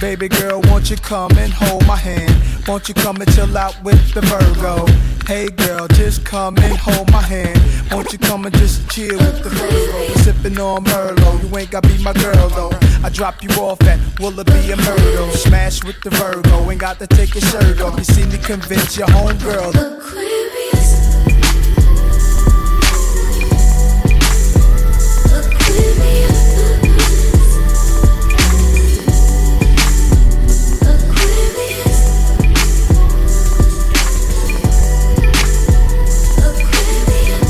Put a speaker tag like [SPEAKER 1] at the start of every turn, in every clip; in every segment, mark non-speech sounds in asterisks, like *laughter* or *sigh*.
[SPEAKER 1] Baby girl, won't you come and hold my hand? Won't you come and chill out with the Virgo? Hey girl, just come and hold my hand. Won't you come and just chill with the Virgo? Sipping on Merlot, you ain't gotta be my girl though. I drop you off at Willoughby and Myrtle. Smash with the Virgo, ain't got to take your shirt off. You see me convince your homegirl.
[SPEAKER 2] Aquarius. Aquarius. Aquarius. Aquarius.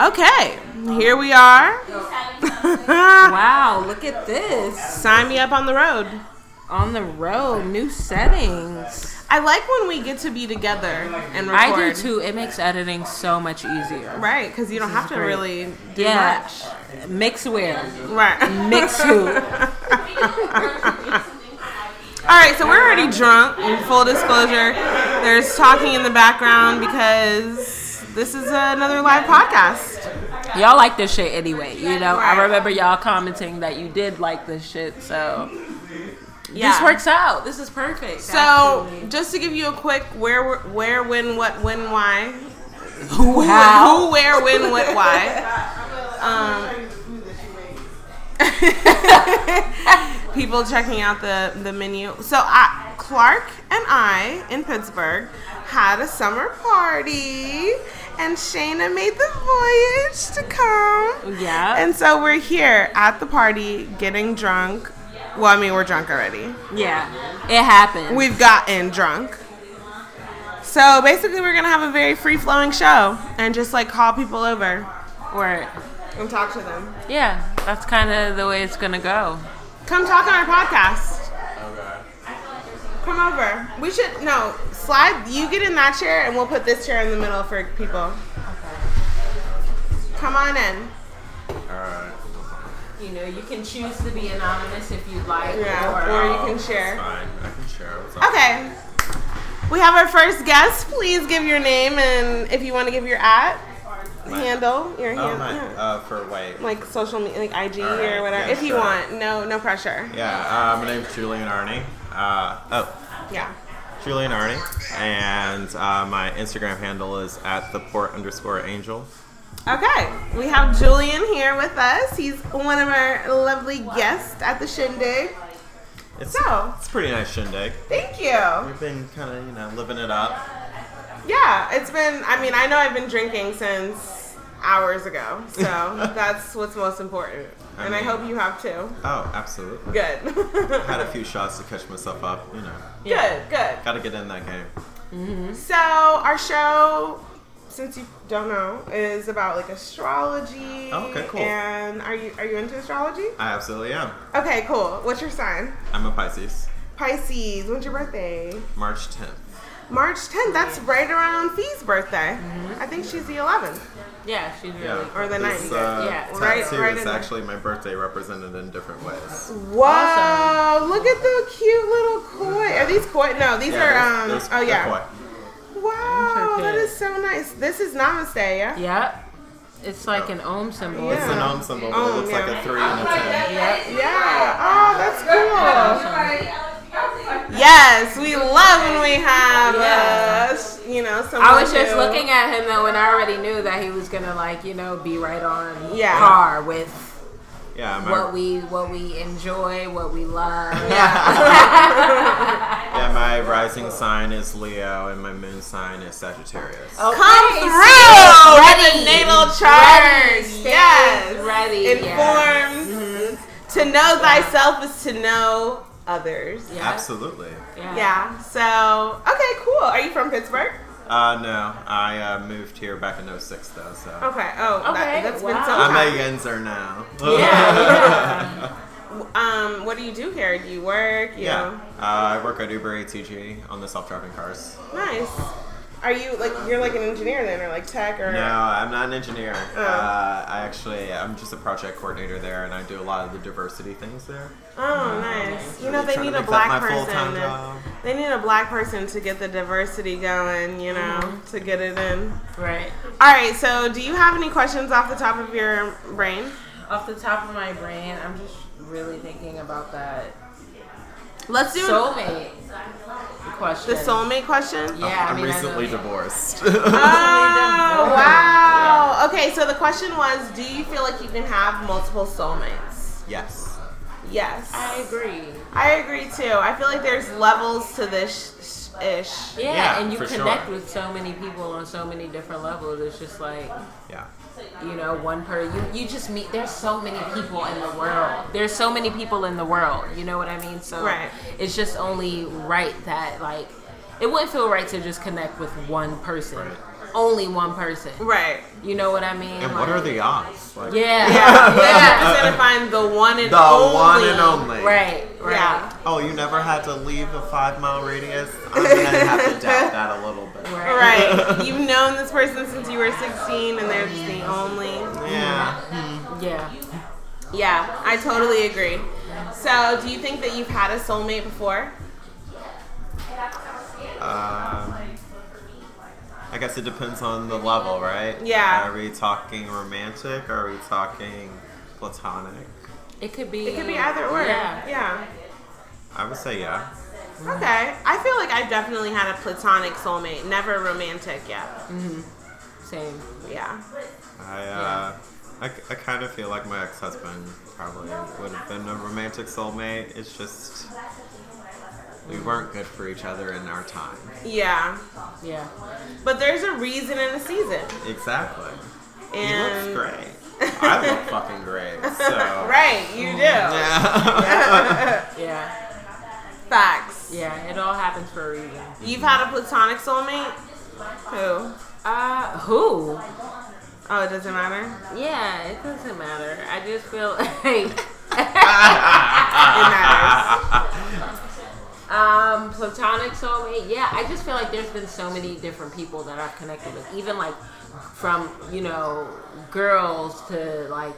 [SPEAKER 3] Okay, here we are. *laughs*
[SPEAKER 4] Wow, look at this.
[SPEAKER 3] Sign me up on the road.
[SPEAKER 4] On the road, new settings.
[SPEAKER 3] I like when we get to be together and record.
[SPEAKER 4] I do too. It makes editing so much easier.
[SPEAKER 3] Right, because you don't have to
[SPEAKER 4] great.
[SPEAKER 3] really do
[SPEAKER 4] Yeah. Mix where?
[SPEAKER 3] much. Right.
[SPEAKER 4] Mix
[SPEAKER 3] *laughs*
[SPEAKER 4] who?
[SPEAKER 3] All right, so we're already drunk. In full disclosure, there's talking in the background because this is another live podcast.
[SPEAKER 4] y'all like this shit anyway. You know,
[SPEAKER 3] Right.
[SPEAKER 4] I remember y'all commenting that you did like this shit, so
[SPEAKER 3] Yeah.
[SPEAKER 4] this works out. This is perfect.
[SPEAKER 3] So, just to give you a quick where, where, when, what, when, why.
[SPEAKER 4] who,
[SPEAKER 3] Who, where, when, what, why. Um, people checking out the, the menu. So, I, Clark and I in Pittsburgh had a summer party, and Shayna made the voyage to come.
[SPEAKER 4] Yeah.
[SPEAKER 3] And so, we're here at the party getting drunk. Well, I mean, we're drunk already.
[SPEAKER 4] Yeah, it happened.
[SPEAKER 3] We've gotten drunk. So basically, we're gonna have a very free flowing show and just like call people over
[SPEAKER 4] Word.
[SPEAKER 3] and talk to them.
[SPEAKER 4] Yeah, that's kind of the way it's gonna go.
[SPEAKER 3] Come talk on our podcast. Come over. We should no slide. You get in that chair, and we'll put this chair in the middle for people. Come on in.
[SPEAKER 4] You know, you can choose to be anonymous if you'd like. um,
[SPEAKER 3] Yeah, or you can share.
[SPEAKER 5] Fine, I can share. What's up?
[SPEAKER 3] Okay. We have our first guest. Please give your name and if you want to give your at handle, your
[SPEAKER 5] Oh,
[SPEAKER 3] handle.
[SPEAKER 5] my, uh, for white.
[SPEAKER 3] like social media, like IG
[SPEAKER 5] All
[SPEAKER 3] or
[SPEAKER 5] right,
[SPEAKER 3] whatever,
[SPEAKER 5] yeah,
[SPEAKER 3] if you
[SPEAKER 5] sure.
[SPEAKER 3] want. No, no pressure.
[SPEAKER 5] Yeah, uh, my name's Julian Arnie. Uh, oh,
[SPEAKER 3] Yeah.
[SPEAKER 5] Julian Arnie, and uh, my Instagram handle is at the port underscore angel.
[SPEAKER 3] Okay, we have Julian here with us. He's one of our lovely guests at the Shindig.
[SPEAKER 5] It's
[SPEAKER 3] So-
[SPEAKER 5] it's a pretty nice shindig.
[SPEAKER 3] Thank you.
[SPEAKER 5] We've been kind of you know living it up.
[SPEAKER 3] Yeah, it's been. I mean, I know I've been drinking since hours ago,
[SPEAKER 5] *laughs*
[SPEAKER 3] so that's what's most important. And I hope you have too.
[SPEAKER 5] Oh, absolutely.
[SPEAKER 3] Good.
[SPEAKER 5] *laughs*
[SPEAKER 3] *laughs*
[SPEAKER 5] Had a few shots to catch myself up. You know,
[SPEAKER 3] good. Good.
[SPEAKER 5] gotta get in that game.
[SPEAKER 3] So our show, since you don't know, is about like astrology.
[SPEAKER 5] Oh, okay, cool.
[SPEAKER 3] And are you are you into astrology?
[SPEAKER 5] I absolutely am.
[SPEAKER 3] Okay, cool. What's your sign?
[SPEAKER 5] I'm a Pisces.
[SPEAKER 3] Pisces. When's your birthday?
[SPEAKER 5] March 10th.
[SPEAKER 3] March 10th. That's right around Fee's birthday.
[SPEAKER 5] Mm-hmm.
[SPEAKER 3] I think she's the 11th.
[SPEAKER 4] Yeah, she's really.
[SPEAKER 5] Yeah.
[SPEAKER 3] Mm, Or the
[SPEAKER 5] This,
[SPEAKER 3] ninth.
[SPEAKER 5] Uh,
[SPEAKER 4] Yeah,
[SPEAKER 5] tattoo
[SPEAKER 3] right- right in
[SPEAKER 5] is
[SPEAKER 3] there.
[SPEAKER 5] actually my birthday represented in different ways.
[SPEAKER 3] Whoa! Look at the cute little koi. Are these koi? No, these
[SPEAKER 5] Yeah,
[SPEAKER 3] are um.
[SPEAKER 5] there's- there's
[SPEAKER 3] oh
[SPEAKER 5] the
[SPEAKER 3] yeah.
[SPEAKER 5] koi.
[SPEAKER 3] Wow,
[SPEAKER 4] Those are
[SPEAKER 3] that
[SPEAKER 4] cute.
[SPEAKER 3] is so nice. This is Namaste, yeah.
[SPEAKER 4] Yep. It's like an ohm symbol.
[SPEAKER 3] Yeah.
[SPEAKER 5] It's an ohm symbol, but
[SPEAKER 3] Ohm,
[SPEAKER 5] it looks like
[SPEAKER 3] yeah.
[SPEAKER 5] a three and a ten.
[SPEAKER 4] Yep.
[SPEAKER 3] Yeah. Oh, that's cool. Yes, we love when we have, uh,
[SPEAKER 4] Yeah.
[SPEAKER 3] s- you know, Oh. someone.
[SPEAKER 4] I was just
[SPEAKER 3] who-
[SPEAKER 4] looking at him though, and I already knew that he was gonna like you know be right on
[SPEAKER 3] Yeah.
[SPEAKER 4] par with
[SPEAKER 5] Yeah, my,
[SPEAKER 4] what we what we enjoy, what we love. *laughs*
[SPEAKER 5] yeah, my rising sign is Leo and my moon sign is Sagittarius.
[SPEAKER 4] Okay,
[SPEAKER 3] Come
[SPEAKER 4] so
[SPEAKER 3] through
[SPEAKER 4] ready,
[SPEAKER 3] with the natal
[SPEAKER 4] ready,
[SPEAKER 3] charge.
[SPEAKER 4] stand
[SPEAKER 3] Yes.
[SPEAKER 4] ready, Mm-hmm. yeah.
[SPEAKER 3] informed. To know thyself is to know others. Yeah.
[SPEAKER 4] Yeah.
[SPEAKER 5] Absolutely.
[SPEAKER 4] Yeah.
[SPEAKER 3] So, okay, cool. Are you from Pittsburgh?
[SPEAKER 5] Uh, no, I uh, moved here back in 06 though, so
[SPEAKER 3] Okay. Oh,
[SPEAKER 4] Okay,
[SPEAKER 3] That, has been
[SPEAKER 4] wow.
[SPEAKER 3] so
[SPEAKER 5] I'm
[SPEAKER 3] long.
[SPEAKER 5] a Yenser now. *laughs*
[SPEAKER 3] Um, what do you do here? Do you work? You
[SPEAKER 5] yeah. Uh, I work at Uber ATG on the self-driving cars.
[SPEAKER 3] know? Nice. Are you like you're like an engineer then, or like tech, or
[SPEAKER 5] No, I'm not an engineer.
[SPEAKER 3] Oh.
[SPEAKER 5] Uh, I actually, I'm just a project coordinator there, and I do a lot of the diversity things there.
[SPEAKER 3] Oh, nice. You know
[SPEAKER 5] Really
[SPEAKER 3] they
[SPEAKER 5] trying to
[SPEAKER 3] need a
[SPEAKER 5] make that
[SPEAKER 3] black
[SPEAKER 5] my full-time
[SPEAKER 3] person.
[SPEAKER 5] job.
[SPEAKER 3] They need a black person to get the diversity going. You know, to get it in.
[SPEAKER 4] Mm-hmm. Right.
[SPEAKER 3] All right. So, do you have any questions off the top of your brain?
[SPEAKER 4] Off the top of my brain, I'm just really thinking about that
[SPEAKER 3] Let's do
[SPEAKER 4] soulmate
[SPEAKER 3] the
[SPEAKER 4] question.
[SPEAKER 3] soulmate question.
[SPEAKER 4] Yeah, I
[SPEAKER 5] I'm
[SPEAKER 4] mean, I know
[SPEAKER 5] recently
[SPEAKER 4] that.
[SPEAKER 5] divorced.
[SPEAKER 4] *laughs*
[SPEAKER 3] Oh wow. Okay, so the question was, do you feel like you can have multiple soulmates?
[SPEAKER 5] yes.
[SPEAKER 3] Yes.
[SPEAKER 4] I agree.
[SPEAKER 3] I agree too. I feel like there's levels to this sh- ish.
[SPEAKER 4] Yeah,
[SPEAKER 5] Yeah,
[SPEAKER 4] and you
[SPEAKER 5] for
[SPEAKER 4] connect
[SPEAKER 5] sure.
[SPEAKER 4] with so many people on so many different levels. It's just like
[SPEAKER 5] Yeah.
[SPEAKER 4] you know, one per you. You just meet. There's so many people in the world. There's so many people in the world. You know what I mean? So
[SPEAKER 3] Right.
[SPEAKER 4] it's just only right that like it wouldn't feel right to just connect with one person,
[SPEAKER 5] Right.
[SPEAKER 4] only one person.
[SPEAKER 3] Right.
[SPEAKER 4] You know what I mean?
[SPEAKER 5] And what
[SPEAKER 4] Like,
[SPEAKER 5] are the odds? Like, *laughs*
[SPEAKER 4] Yeah. yeah.
[SPEAKER 3] Yeah. yeah. Just to find the one and
[SPEAKER 5] The
[SPEAKER 3] only.
[SPEAKER 5] one and only.
[SPEAKER 4] Right. Right.
[SPEAKER 3] Yeah.
[SPEAKER 5] Oh, you never had to leave a five mile radius? I'm gonna have to
[SPEAKER 3] *laughs*
[SPEAKER 5] doubt that a little bit.
[SPEAKER 4] Right.
[SPEAKER 5] *laughs*
[SPEAKER 3] Right. You've known this person since you were 16 and they're just the only.
[SPEAKER 5] Yeah.
[SPEAKER 4] Yeah.
[SPEAKER 3] Yeah, I totally agree. So, do you think that you've had a soulmate before? Uh,
[SPEAKER 5] Um, I guess it depends on the level, right?
[SPEAKER 3] Yeah.
[SPEAKER 5] Are we talking romantic? Are we talking platonic?
[SPEAKER 4] It could be.
[SPEAKER 3] It could be either or.
[SPEAKER 4] Yeah.
[SPEAKER 3] yeah.
[SPEAKER 5] I would say yeah.
[SPEAKER 3] Okay. I feel like I've definitely had a platonic soulmate, never romantic yet.
[SPEAKER 4] Mm-hmm. Same.
[SPEAKER 3] Yeah.
[SPEAKER 5] I uh, I, I kind of feel like my ex husband probably would have been a romantic soulmate. It's just we weren't good for each other in our time.
[SPEAKER 3] Yeah.
[SPEAKER 4] Yeah.
[SPEAKER 3] But there's a reason and a season.
[SPEAKER 5] Exactly. He
[SPEAKER 3] And
[SPEAKER 5] looks great. I look fucking
[SPEAKER 3] *laughs*
[SPEAKER 5] great. So. Mm,
[SPEAKER 3] Right, you do. *laughs*
[SPEAKER 4] Yeah.
[SPEAKER 3] Facts.
[SPEAKER 4] Yeah. It all happens for a reason.
[SPEAKER 3] You've had a platonic soulmate? Who?
[SPEAKER 4] Uh, who?
[SPEAKER 3] Oh, it doesn't matter.
[SPEAKER 4] Yeah, it doesn't matter. I just feel *laughs*
[SPEAKER 3] *laughs*
[SPEAKER 4] like
[SPEAKER 3] It matters.
[SPEAKER 4] um platonic soulmate. Yeah, I just feel like there's been so many different people that I've connected with, even like from you know girls to like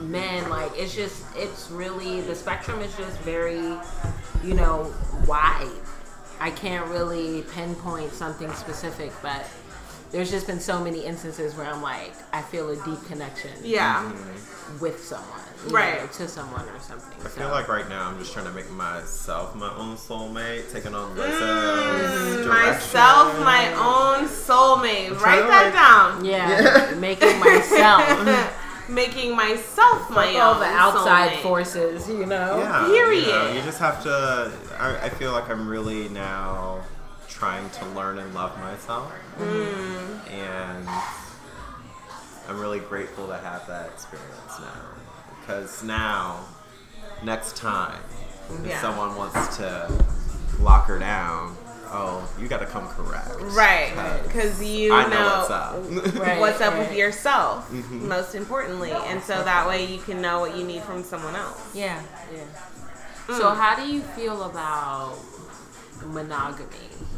[SPEAKER 4] men. Like it's just it's really the spectrum is just very you know wide. I can't really pinpoint something specific, but there's just been so many instances where I'm like I feel a deep connection
[SPEAKER 3] Yeah.
[SPEAKER 4] with someone, you
[SPEAKER 3] Right.
[SPEAKER 4] know, to someone or something.
[SPEAKER 5] I
[SPEAKER 4] so.
[SPEAKER 5] feel like right now I'm just trying to make myself my own soulmate, taking on Lizzo's direction.
[SPEAKER 3] Mm, Myself, my own soulmate. Write
[SPEAKER 5] to,
[SPEAKER 3] that
[SPEAKER 5] like- *laughs*
[SPEAKER 3] down.
[SPEAKER 4] Yeah, making myself
[SPEAKER 3] *laughs* Making myself my own
[SPEAKER 4] all the outside
[SPEAKER 3] soulmate.
[SPEAKER 4] forces, you know.
[SPEAKER 5] Yeah,
[SPEAKER 3] Period.
[SPEAKER 5] You, know, you just have to. I, I feel like I'm really now trying to learn and love myself,
[SPEAKER 3] Mm.
[SPEAKER 5] and I'm really grateful to have that experience now. Because now, next time if
[SPEAKER 3] Yeah.
[SPEAKER 5] someone wants to lock her down, oh, you got to come correct.
[SPEAKER 3] Right, because you
[SPEAKER 5] I know,
[SPEAKER 3] know
[SPEAKER 5] what's
[SPEAKER 3] *laughs*
[SPEAKER 5] up. Mm-hmm.
[SPEAKER 4] Right,
[SPEAKER 3] what's up
[SPEAKER 4] right.
[SPEAKER 3] with yourself, most importantly, and so that way you can know what you need from someone else. Mm.
[SPEAKER 4] Yeah, Mm. yeah. So, how do you feel about monogamy?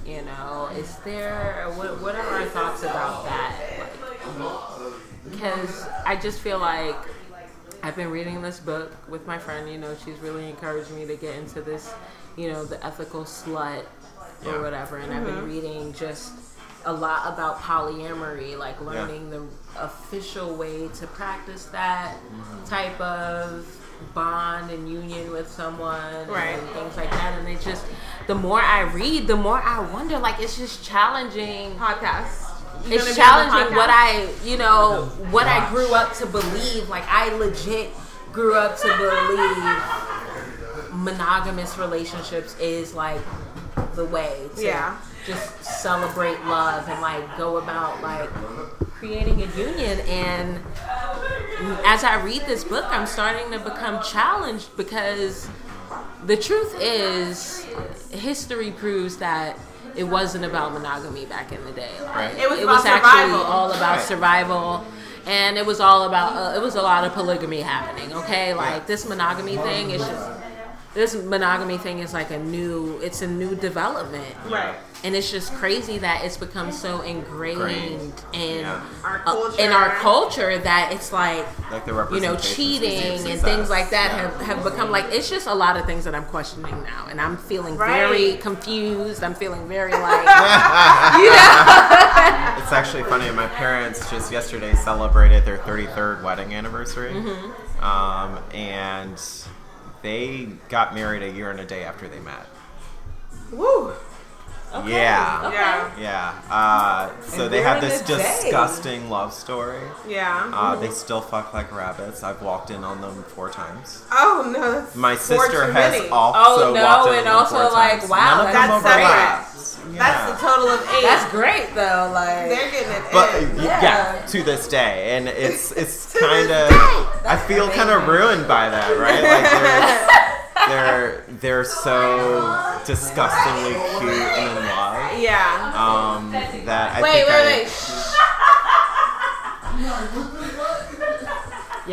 [SPEAKER 4] You know, is there what, what are our thoughts about that? Because I just feel like I've been reading this book with my friend. You know, she's really encouraged me to get into this. You know, the ethical slut
[SPEAKER 5] Yeah.
[SPEAKER 4] or whatever, and I've been reading just a lot about polyamory, like learning the official way to practice that type of bond and union with someone
[SPEAKER 3] Right.
[SPEAKER 4] and things like that. And it just, the more I read, the more I wonder. Like it's just challenging.
[SPEAKER 3] Podcast. You
[SPEAKER 4] It's
[SPEAKER 3] gonna be on the
[SPEAKER 4] challenging
[SPEAKER 3] podcast?
[SPEAKER 4] what I, you know, what I grew up to believe. Like I legit grew up to believe monogamous relationships is like the way to
[SPEAKER 3] Yeah.
[SPEAKER 4] just celebrate love and like go about like creating a union and as I read this book I'm starting to become challenged because the truth is history proves that it wasn't about monogamy back in the day. Like,
[SPEAKER 5] Right.
[SPEAKER 3] It was
[SPEAKER 4] it
[SPEAKER 3] about
[SPEAKER 4] was actually
[SPEAKER 3] survival.
[SPEAKER 4] all about
[SPEAKER 5] Right.
[SPEAKER 4] survival and it was all about uh, it was a lot of polygamy happening okay like this monogamy thing is just this monogamy thing is like a new it's a new development
[SPEAKER 3] Right.
[SPEAKER 4] and it's just crazy that it's become so ingrained
[SPEAKER 5] Ingrained.
[SPEAKER 4] in
[SPEAKER 5] Yeah.
[SPEAKER 3] Our
[SPEAKER 4] uh, in our
[SPEAKER 3] culture.
[SPEAKER 4] culture that it's like
[SPEAKER 5] Like the
[SPEAKER 4] you
[SPEAKER 5] representations
[SPEAKER 4] know
[SPEAKER 5] we see of
[SPEAKER 4] cheating and
[SPEAKER 5] success.
[SPEAKER 4] things like that
[SPEAKER 5] Yeah.
[SPEAKER 4] have, have become like it's just a lot of things that i'm questioning now and i'm feeling
[SPEAKER 3] Right.
[SPEAKER 4] very confused i'm feeling very
[SPEAKER 3] *laughs*
[SPEAKER 4] like *laughs*
[SPEAKER 5] It's actually funny. My parents just yesterday celebrated their 33rd wedding anniversary, um, and They got married a year and a day after they met.
[SPEAKER 4] Woo.
[SPEAKER 5] Yeah.
[SPEAKER 4] Okay.
[SPEAKER 3] Yeah.
[SPEAKER 5] Yeah. Uh, so
[SPEAKER 6] And
[SPEAKER 5] they have
[SPEAKER 6] we're in
[SPEAKER 5] this
[SPEAKER 6] a day.
[SPEAKER 5] disgusting love story.
[SPEAKER 3] Yeah.
[SPEAKER 5] Uh, they still fuck like rabbits. I've walked in on them four times.
[SPEAKER 3] oh no, that's
[SPEAKER 5] My
[SPEAKER 3] four
[SPEAKER 5] sister
[SPEAKER 3] too
[SPEAKER 5] has
[SPEAKER 3] many.
[SPEAKER 5] also
[SPEAKER 4] Oh, no,
[SPEAKER 5] walked in
[SPEAKER 4] and
[SPEAKER 5] on them four
[SPEAKER 4] also, like,
[SPEAKER 5] times.
[SPEAKER 4] wow,
[SPEAKER 5] None of
[SPEAKER 3] that's
[SPEAKER 5] them
[SPEAKER 3] separate.
[SPEAKER 5] overlaps.
[SPEAKER 3] That's
[SPEAKER 5] Yeah.
[SPEAKER 3] the total of eight.
[SPEAKER 6] That's great though. Like
[SPEAKER 3] They're getting it.
[SPEAKER 5] But uh,
[SPEAKER 3] in.
[SPEAKER 5] yeah.
[SPEAKER 6] Yeah.
[SPEAKER 5] to this day, and it's it's
[SPEAKER 3] To this
[SPEAKER 5] kind of
[SPEAKER 3] day.
[SPEAKER 5] I feel kind of ruined by that,
[SPEAKER 4] *laughs*
[SPEAKER 3] *laughs*
[SPEAKER 5] right? Like they're they're, they're so disgustingly cute and in love
[SPEAKER 3] yeah.
[SPEAKER 5] um, that I
[SPEAKER 3] Wait,
[SPEAKER 5] think I,
[SPEAKER 3] wait, wait.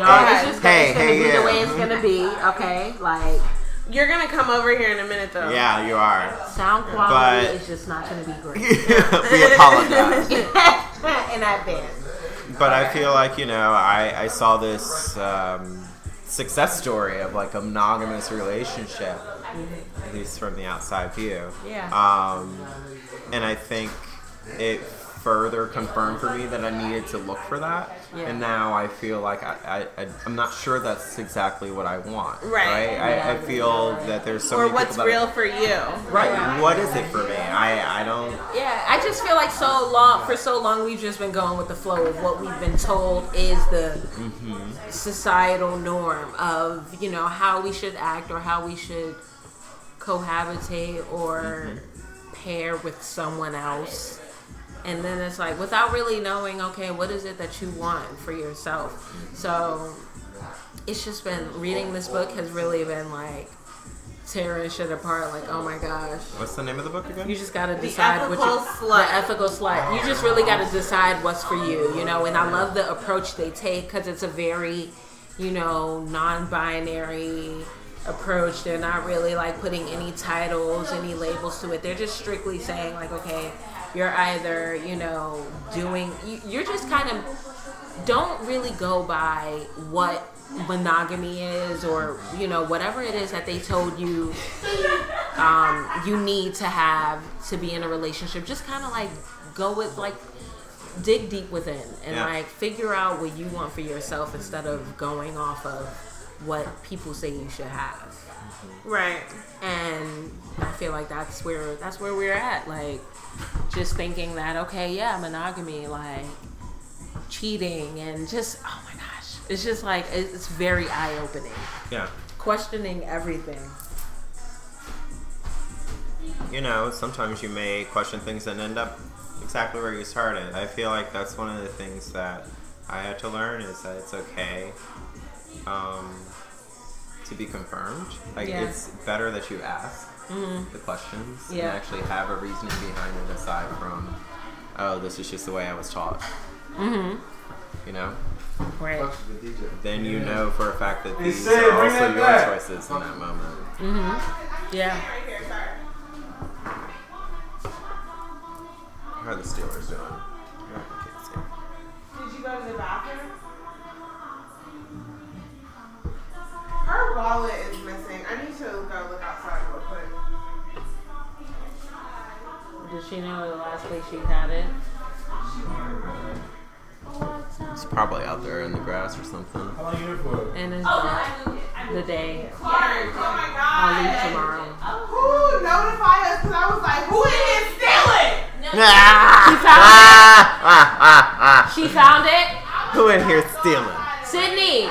[SPEAKER 4] *laughs*
[SPEAKER 3] Shh.
[SPEAKER 4] Y'all,
[SPEAKER 5] Hey,
[SPEAKER 4] it's just gonna,
[SPEAKER 5] hey,
[SPEAKER 4] it's gonna
[SPEAKER 5] hey,
[SPEAKER 4] be
[SPEAKER 5] yeah.
[SPEAKER 4] the way it's gonna be. Okay, like
[SPEAKER 3] You're gonna come over here in a minute though.
[SPEAKER 5] Yeah, you are.
[SPEAKER 4] sound quality
[SPEAKER 5] But-
[SPEAKER 4] is just not gonna be
[SPEAKER 3] *laughs*
[SPEAKER 4] great.
[SPEAKER 5] we
[SPEAKER 4] *laughs*
[SPEAKER 5] apologize,
[SPEAKER 4] and I bet.
[SPEAKER 5] but I feel like you know I I saw this um, success story of like a monogamous relationship, at least from the outside view.
[SPEAKER 4] Yeah.
[SPEAKER 5] Um, and I think it further confirmed for me that I needed to look for that.
[SPEAKER 4] Yeah.
[SPEAKER 5] And now I feel like I, I, I, I'm not sure that's exactly what I want.
[SPEAKER 3] Right.
[SPEAKER 5] I, I feel that there's so
[SPEAKER 3] Or
[SPEAKER 5] many
[SPEAKER 3] what's
[SPEAKER 5] people that
[SPEAKER 3] real for you?
[SPEAKER 5] right. What is it for me? I, I don't.
[SPEAKER 4] Yeah, I just feel like so long for so long we've just been going with the flow of what we've been told is the
[SPEAKER 5] mm-hmm.
[SPEAKER 4] societal norm of you know how we should act or how we should cohabitate or
[SPEAKER 5] Mm-hmm.
[SPEAKER 4] pair with someone else. And then it's like without really knowing, okay, what is it that you want for yourself? So it's just been reading this book has really been like tearing shit apart. Like, oh my gosh,
[SPEAKER 5] What's the name of the book again?
[SPEAKER 4] you just gotta decide what you
[SPEAKER 3] ethical slut.
[SPEAKER 4] the ethical slut. You just really gotta decide what's for you, you know. And I love the approach they take because it's a very, you know, non-binary approach. They're not really like putting any titles, any labels to it. They're just strictly saying like, okay, you're either, you know, doing. You, you're just kind of don't really go by what monogamy is or you know whatever it is that they told you um, you need to have to be in a relationship. Just kind of like go with like dig deep within and
[SPEAKER 5] Yeah.
[SPEAKER 4] like figure out what you want for yourself instead of going off of what people say you should have.
[SPEAKER 3] Right.
[SPEAKER 4] And I feel like that's where that's where we're at. Like just thinking that okay, yeah, monogamy, like cheating, and just oh my gosh, it's just like it- it's very eye opening.
[SPEAKER 5] yeah.
[SPEAKER 4] Questioning everything.
[SPEAKER 5] you know, sometimes you may question things and end up exactly where you started. I feel like that's one of the things that I had to learn is that it's okay um, to be confirmed. Like,
[SPEAKER 4] Yeah.
[SPEAKER 5] it's better that you ask the questions and
[SPEAKER 4] Yeah.
[SPEAKER 5] actually have a reasoning behind it aside from, oh, this is just the way I was taught. Mm-hmm. You know?
[SPEAKER 4] Right.
[SPEAKER 5] Then you know for a fact that these
[SPEAKER 7] said,
[SPEAKER 5] are
[SPEAKER 7] "Bring
[SPEAKER 5] also
[SPEAKER 7] that
[SPEAKER 5] your
[SPEAKER 7] back."
[SPEAKER 5] choices in that moment.
[SPEAKER 4] Mm-hmm. Yeah.
[SPEAKER 5] How are the Steelers doing? I can't see.
[SPEAKER 3] Did you go to the bathroom? Her wallet is missing. I need to go look outside real quick.
[SPEAKER 4] Did she know the last place she had it?
[SPEAKER 5] It's probably out there in the grass or something.
[SPEAKER 7] How long you here for?
[SPEAKER 4] And it's dark. the
[SPEAKER 5] *laughs*
[SPEAKER 4] day.
[SPEAKER 3] Clark, oh my
[SPEAKER 4] I'll leave
[SPEAKER 3] god.
[SPEAKER 4] tomorrow.
[SPEAKER 3] Who notified us? Because I was like, who in here stealing?
[SPEAKER 4] She found
[SPEAKER 5] *laughs*
[SPEAKER 4] it. She found it.
[SPEAKER 5] Who in here stealing?
[SPEAKER 4] Sydney.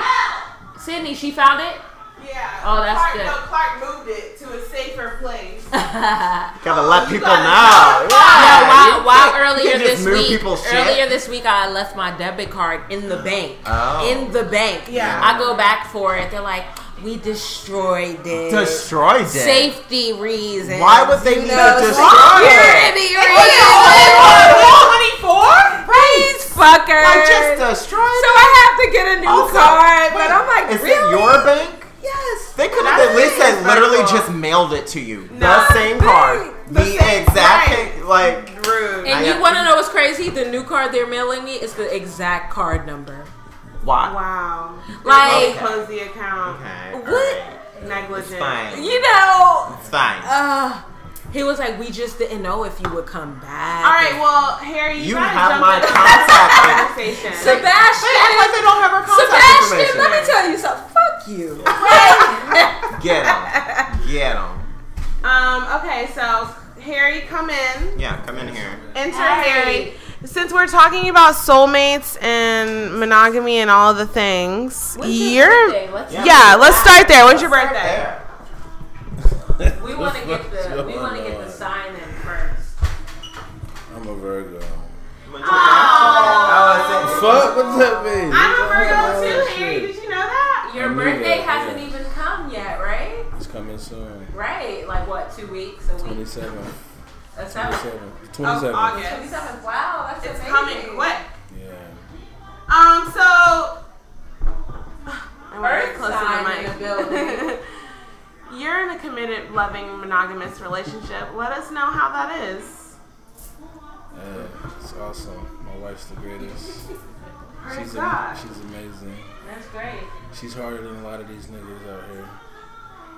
[SPEAKER 4] Sydney, she found it.
[SPEAKER 3] Yeah.
[SPEAKER 4] Oh, that's
[SPEAKER 3] Clark,
[SPEAKER 4] good.
[SPEAKER 3] No, Clark moved it to a safer
[SPEAKER 4] *laughs*
[SPEAKER 3] place.
[SPEAKER 5] Gotta
[SPEAKER 3] Oh,
[SPEAKER 5] let
[SPEAKER 3] you
[SPEAKER 5] people
[SPEAKER 3] gotta
[SPEAKER 5] know.
[SPEAKER 3] know.
[SPEAKER 5] Yeah, you
[SPEAKER 4] no, while, while
[SPEAKER 5] can't- you
[SPEAKER 4] earlier
[SPEAKER 5] can't just
[SPEAKER 4] this
[SPEAKER 5] move
[SPEAKER 4] week,
[SPEAKER 5] people's shit.
[SPEAKER 4] earlier this week, I left my debit card in the bank.
[SPEAKER 5] Oh.
[SPEAKER 4] In the bank.
[SPEAKER 3] Yeah.
[SPEAKER 4] I go back for it. They're like, we destroyed it.
[SPEAKER 5] Destroyed it.
[SPEAKER 4] Safety reasons.
[SPEAKER 5] Why would they need to destroy it?
[SPEAKER 4] Security reasons. These fuckers.
[SPEAKER 5] I just destroyed
[SPEAKER 4] So
[SPEAKER 5] it.
[SPEAKER 4] I have to get a new
[SPEAKER 5] Also,
[SPEAKER 4] card,
[SPEAKER 5] wait,
[SPEAKER 4] but I'm like,
[SPEAKER 5] is
[SPEAKER 4] really?
[SPEAKER 5] it your bank?
[SPEAKER 4] yes.
[SPEAKER 5] They could have
[SPEAKER 3] That's
[SPEAKER 5] at least said
[SPEAKER 3] disrespectful.
[SPEAKER 5] literally just mailed it to you.
[SPEAKER 3] No.
[SPEAKER 5] the same card, the,
[SPEAKER 3] The same-
[SPEAKER 5] exact
[SPEAKER 3] right.
[SPEAKER 5] ca- like.
[SPEAKER 3] Rude.
[SPEAKER 4] and
[SPEAKER 5] I
[SPEAKER 4] you
[SPEAKER 5] got-
[SPEAKER 4] want to know what's crazy? The new card they're mailing me is the exact card number.
[SPEAKER 5] Why?
[SPEAKER 3] Wow.
[SPEAKER 4] Like-
[SPEAKER 3] close the account.
[SPEAKER 5] Okay,
[SPEAKER 4] What?
[SPEAKER 5] alright. It's
[SPEAKER 3] Negligent.
[SPEAKER 5] fine.
[SPEAKER 4] You know,
[SPEAKER 5] It's fine.
[SPEAKER 4] uh, he was like, we just didn't know if you would come back.
[SPEAKER 3] All right, well, Harry, you,
[SPEAKER 5] you
[SPEAKER 3] gotta
[SPEAKER 5] have
[SPEAKER 3] jump
[SPEAKER 5] my
[SPEAKER 3] in on
[SPEAKER 5] contact.
[SPEAKER 3] the conversation.
[SPEAKER 5] They act like
[SPEAKER 4] Sebastian,
[SPEAKER 5] they don't have our contact
[SPEAKER 4] Sebastian,
[SPEAKER 5] information.
[SPEAKER 4] let me tell you something. Fuck you.
[SPEAKER 5] Get
[SPEAKER 4] *laughs*
[SPEAKER 5] them. Get them.
[SPEAKER 3] Um, okay, so Harry, come in.
[SPEAKER 5] Yeah, come in here.
[SPEAKER 3] Enter
[SPEAKER 4] Hi.
[SPEAKER 3] Harry. Since we're talking about soulmates and monogamy and all the things, you're
[SPEAKER 4] Let's
[SPEAKER 5] Yeah.
[SPEAKER 3] yeah. Let's start there. When's your birthday?
[SPEAKER 5] There.
[SPEAKER 4] We want to get the we want to get the sign in first.
[SPEAKER 6] I'm a Virgo.
[SPEAKER 5] Oh,
[SPEAKER 6] Fuck, what does that mean?
[SPEAKER 3] I'm a Virgo
[SPEAKER 6] Oh,
[SPEAKER 3] too,
[SPEAKER 6] shit.
[SPEAKER 3] Harry. Did you know that?
[SPEAKER 4] Your
[SPEAKER 6] I knew
[SPEAKER 4] birthday
[SPEAKER 6] that,
[SPEAKER 4] hasn't
[SPEAKER 6] yeah.
[SPEAKER 4] even come yet, right?
[SPEAKER 6] It's coming soon.
[SPEAKER 4] Right, like what? Two weeks, a week,
[SPEAKER 6] 27.
[SPEAKER 4] a seven,
[SPEAKER 6] 27. 27.
[SPEAKER 3] Oh, August.
[SPEAKER 4] twenty-seven. Wow, that's
[SPEAKER 3] It's
[SPEAKER 4] amazing.
[SPEAKER 3] coming quick.
[SPEAKER 6] Yeah.
[SPEAKER 3] Um, so. I wanna get
[SPEAKER 4] Earth
[SPEAKER 3] closer to
[SPEAKER 4] sign
[SPEAKER 3] the
[SPEAKER 4] in
[SPEAKER 3] mic.
[SPEAKER 4] the building.
[SPEAKER 3] *laughs* You're in a committed, loving, monogamous relationship. Let us know how that is.
[SPEAKER 6] yeah. It's awesome. My wife's the greatest.
[SPEAKER 3] *laughs* Praise
[SPEAKER 6] She's,
[SPEAKER 3] God.
[SPEAKER 6] am- she's amazing.
[SPEAKER 4] That's great.
[SPEAKER 6] She's harder than a lot of these niggas out here.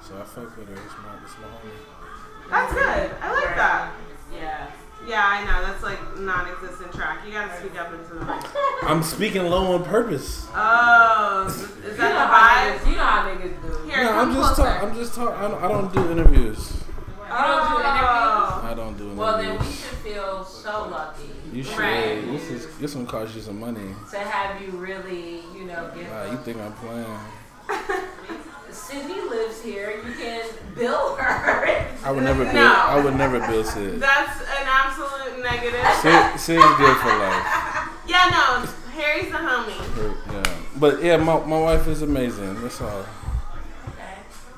[SPEAKER 6] So I fuck with her. It's my, it's my homie.
[SPEAKER 3] That's good. I like that.
[SPEAKER 4] Yeah.
[SPEAKER 3] Yeah, I know. That's like non-existent track. You gotta speak up into the mic.
[SPEAKER 6] I'm speaking low on purpose.
[SPEAKER 3] *laughs* Oh, is
[SPEAKER 4] You know, how
[SPEAKER 3] that
[SPEAKER 4] niggas, you know how niggas do.
[SPEAKER 3] the vibe?
[SPEAKER 4] You
[SPEAKER 3] Here,
[SPEAKER 6] No,
[SPEAKER 3] come
[SPEAKER 6] I'm just
[SPEAKER 3] closer.
[SPEAKER 6] talking. I'm just talking. I don't, I don't do interviews.
[SPEAKER 4] don't do interviews.
[SPEAKER 3] Oh.
[SPEAKER 6] I don't do interviews.
[SPEAKER 4] Well, then we should feel so lucky
[SPEAKER 6] you should.
[SPEAKER 3] Right.
[SPEAKER 6] This is this one cost you some money.
[SPEAKER 4] to have you really, you know, give.
[SPEAKER 6] Wow, you think I'm playing?
[SPEAKER 4] Sydney lives here. You can bill her.
[SPEAKER 6] I
[SPEAKER 3] *laughs*
[SPEAKER 6] would never build.
[SPEAKER 3] No.
[SPEAKER 6] I would never build Sid.
[SPEAKER 3] That's an absolute negative.
[SPEAKER 6] Sid, Sid's good for life.
[SPEAKER 3] Yeah, no. Harry's the homie.
[SPEAKER 6] Her- yeah. But yeah, my, my wife is amazing. That's all.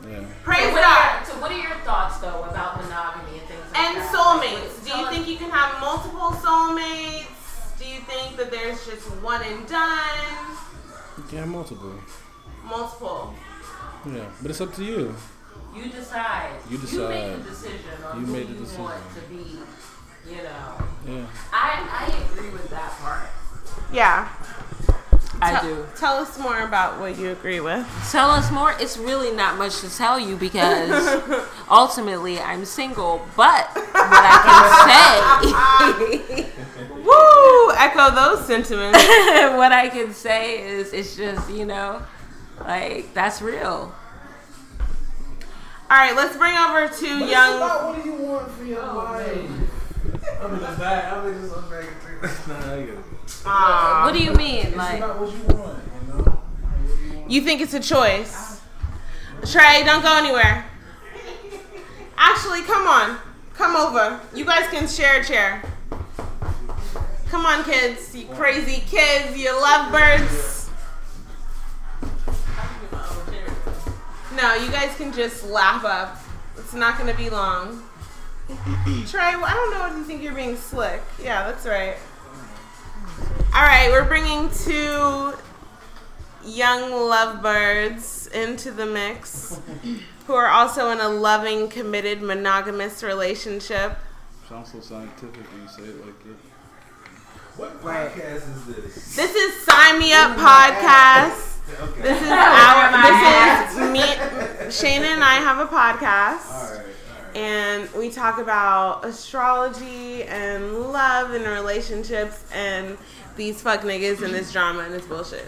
[SPEAKER 6] Yeah.
[SPEAKER 3] Praise
[SPEAKER 4] what
[SPEAKER 3] God.
[SPEAKER 4] are your, so what are your thoughts though about monogamy and things like
[SPEAKER 3] And
[SPEAKER 4] that?
[SPEAKER 3] soulmates. Do you think you can have multiple soulmates? Do you think that there's just one and done?
[SPEAKER 6] Yeah, multiple.
[SPEAKER 3] Multiple.
[SPEAKER 6] Yeah, but it's up to you.
[SPEAKER 4] you decide?
[SPEAKER 6] You
[SPEAKER 4] You made
[SPEAKER 6] decide.
[SPEAKER 4] the decision on
[SPEAKER 6] You
[SPEAKER 4] who
[SPEAKER 6] made the
[SPEAKER 4] you
[SPEAKER 6] decision.
[SPEAKER 4] want to be. You know,
[SPEAKER 6] Yeah.
[SPEAKER 4] I I agree with that part.
[SPEAKER 3] Yeah.
[SPEAKER 4] I
[SPEAKER 3] Tell us more about what you agree with.
[SPEAKER 4] Tell us more. It's really not much to tell you because ultimately I'm single. But what I can
[SPEAKER 3] *laughs*
[SPEAKER 4] say.
[SPEAKER 3] Woo! Echo those sentiments.
[SPEAKER 4] *laughs* what I can say is it's just, you know, like that's real.
[SPEAKER 3] All right, let's bring over two young.
[SPEAKER 6] what do you want for your life? Oh, I'm in the back. I'm just on back. *laughs* Nah, I get it.
[SPEAKER 3] Aw.
[SPEAKER 4] What do you mean? Like
[SPEAKER 6] Not what you want, you know.
[SPEAKER 3] You think it's a choice. Trey, don't go anywhere. Actually, come on. Come over. You guys can share a chair. Come on, kids. You crazy kids. You lovebirds. No, you guys can just laugh up. It's not going to be long. Trey, I don't know if you think you're being slick. Yeah, that's right. All right, we're bringing two young lovebirds into the mix who are also in a loving, committed, monogamous relationship.
[SPEAKER 6] Sounds so scientific when you say it like that.
[SPEAKER 5] What podcast is this?
[SPEAKER 3] This is Sign Me Up Podcast.
[SPEAKER 5] Okay.
[SPEAKER 3] This is our, this is me, Shana and I have a podcast. And we talk about astrology and love and relationships and these fuck niggas and this drama and this bullshit.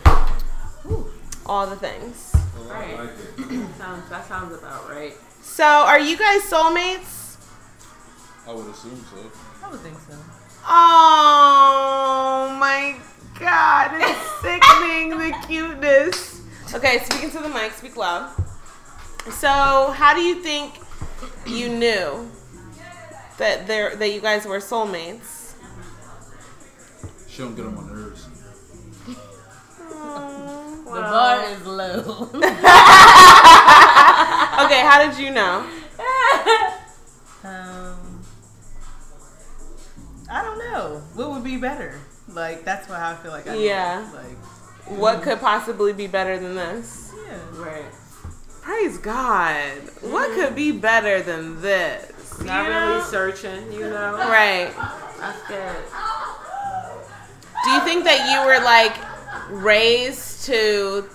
[SPEAKER 3] All the things.
[SPEAKER 4] Right.
[SPEAKER 3] *clears throat*
[SPEAKER 4] sounds that sounds about right.
[SPEAKER 3] So, are you guys soulmates?
[SPEAKER 6] I would assume so.
[SPEAKER 4] I would think so.
[SPEAKER 3] Oh my god, *laughs* it's sickening the cuteness. Okay, speaking to the mic, speak loud. So, how do you think you knew that there that you guys were soulmates?
[SPEAKER 6] She don't get on my nerves.
[SPEAKER 4] The bar is low.
[SPEAKER 3] *laughs* Okay, how did you know?
[SPEAKER 7] Um, I don't know. What would be better? Like that's what I feel like. I know.
[SPEAKER 3] Yeah.
[SPEAKER 7] Like
[SPEAKER 3] What could possibly be better than this?
[SPEAKER 7] yeah.
[SPEAKER 4] right.
[SPEAKER 3] Praise God. What could be better than this? You
[SPEAKER 4] Not
[SPEAKER 3] know?
[SPEAKER 4] really searching, you know.
[SPEAKER 3] Right.
[SPEAKER 4] That's good.
[SPEAKER 3] Do you think that you were like raised to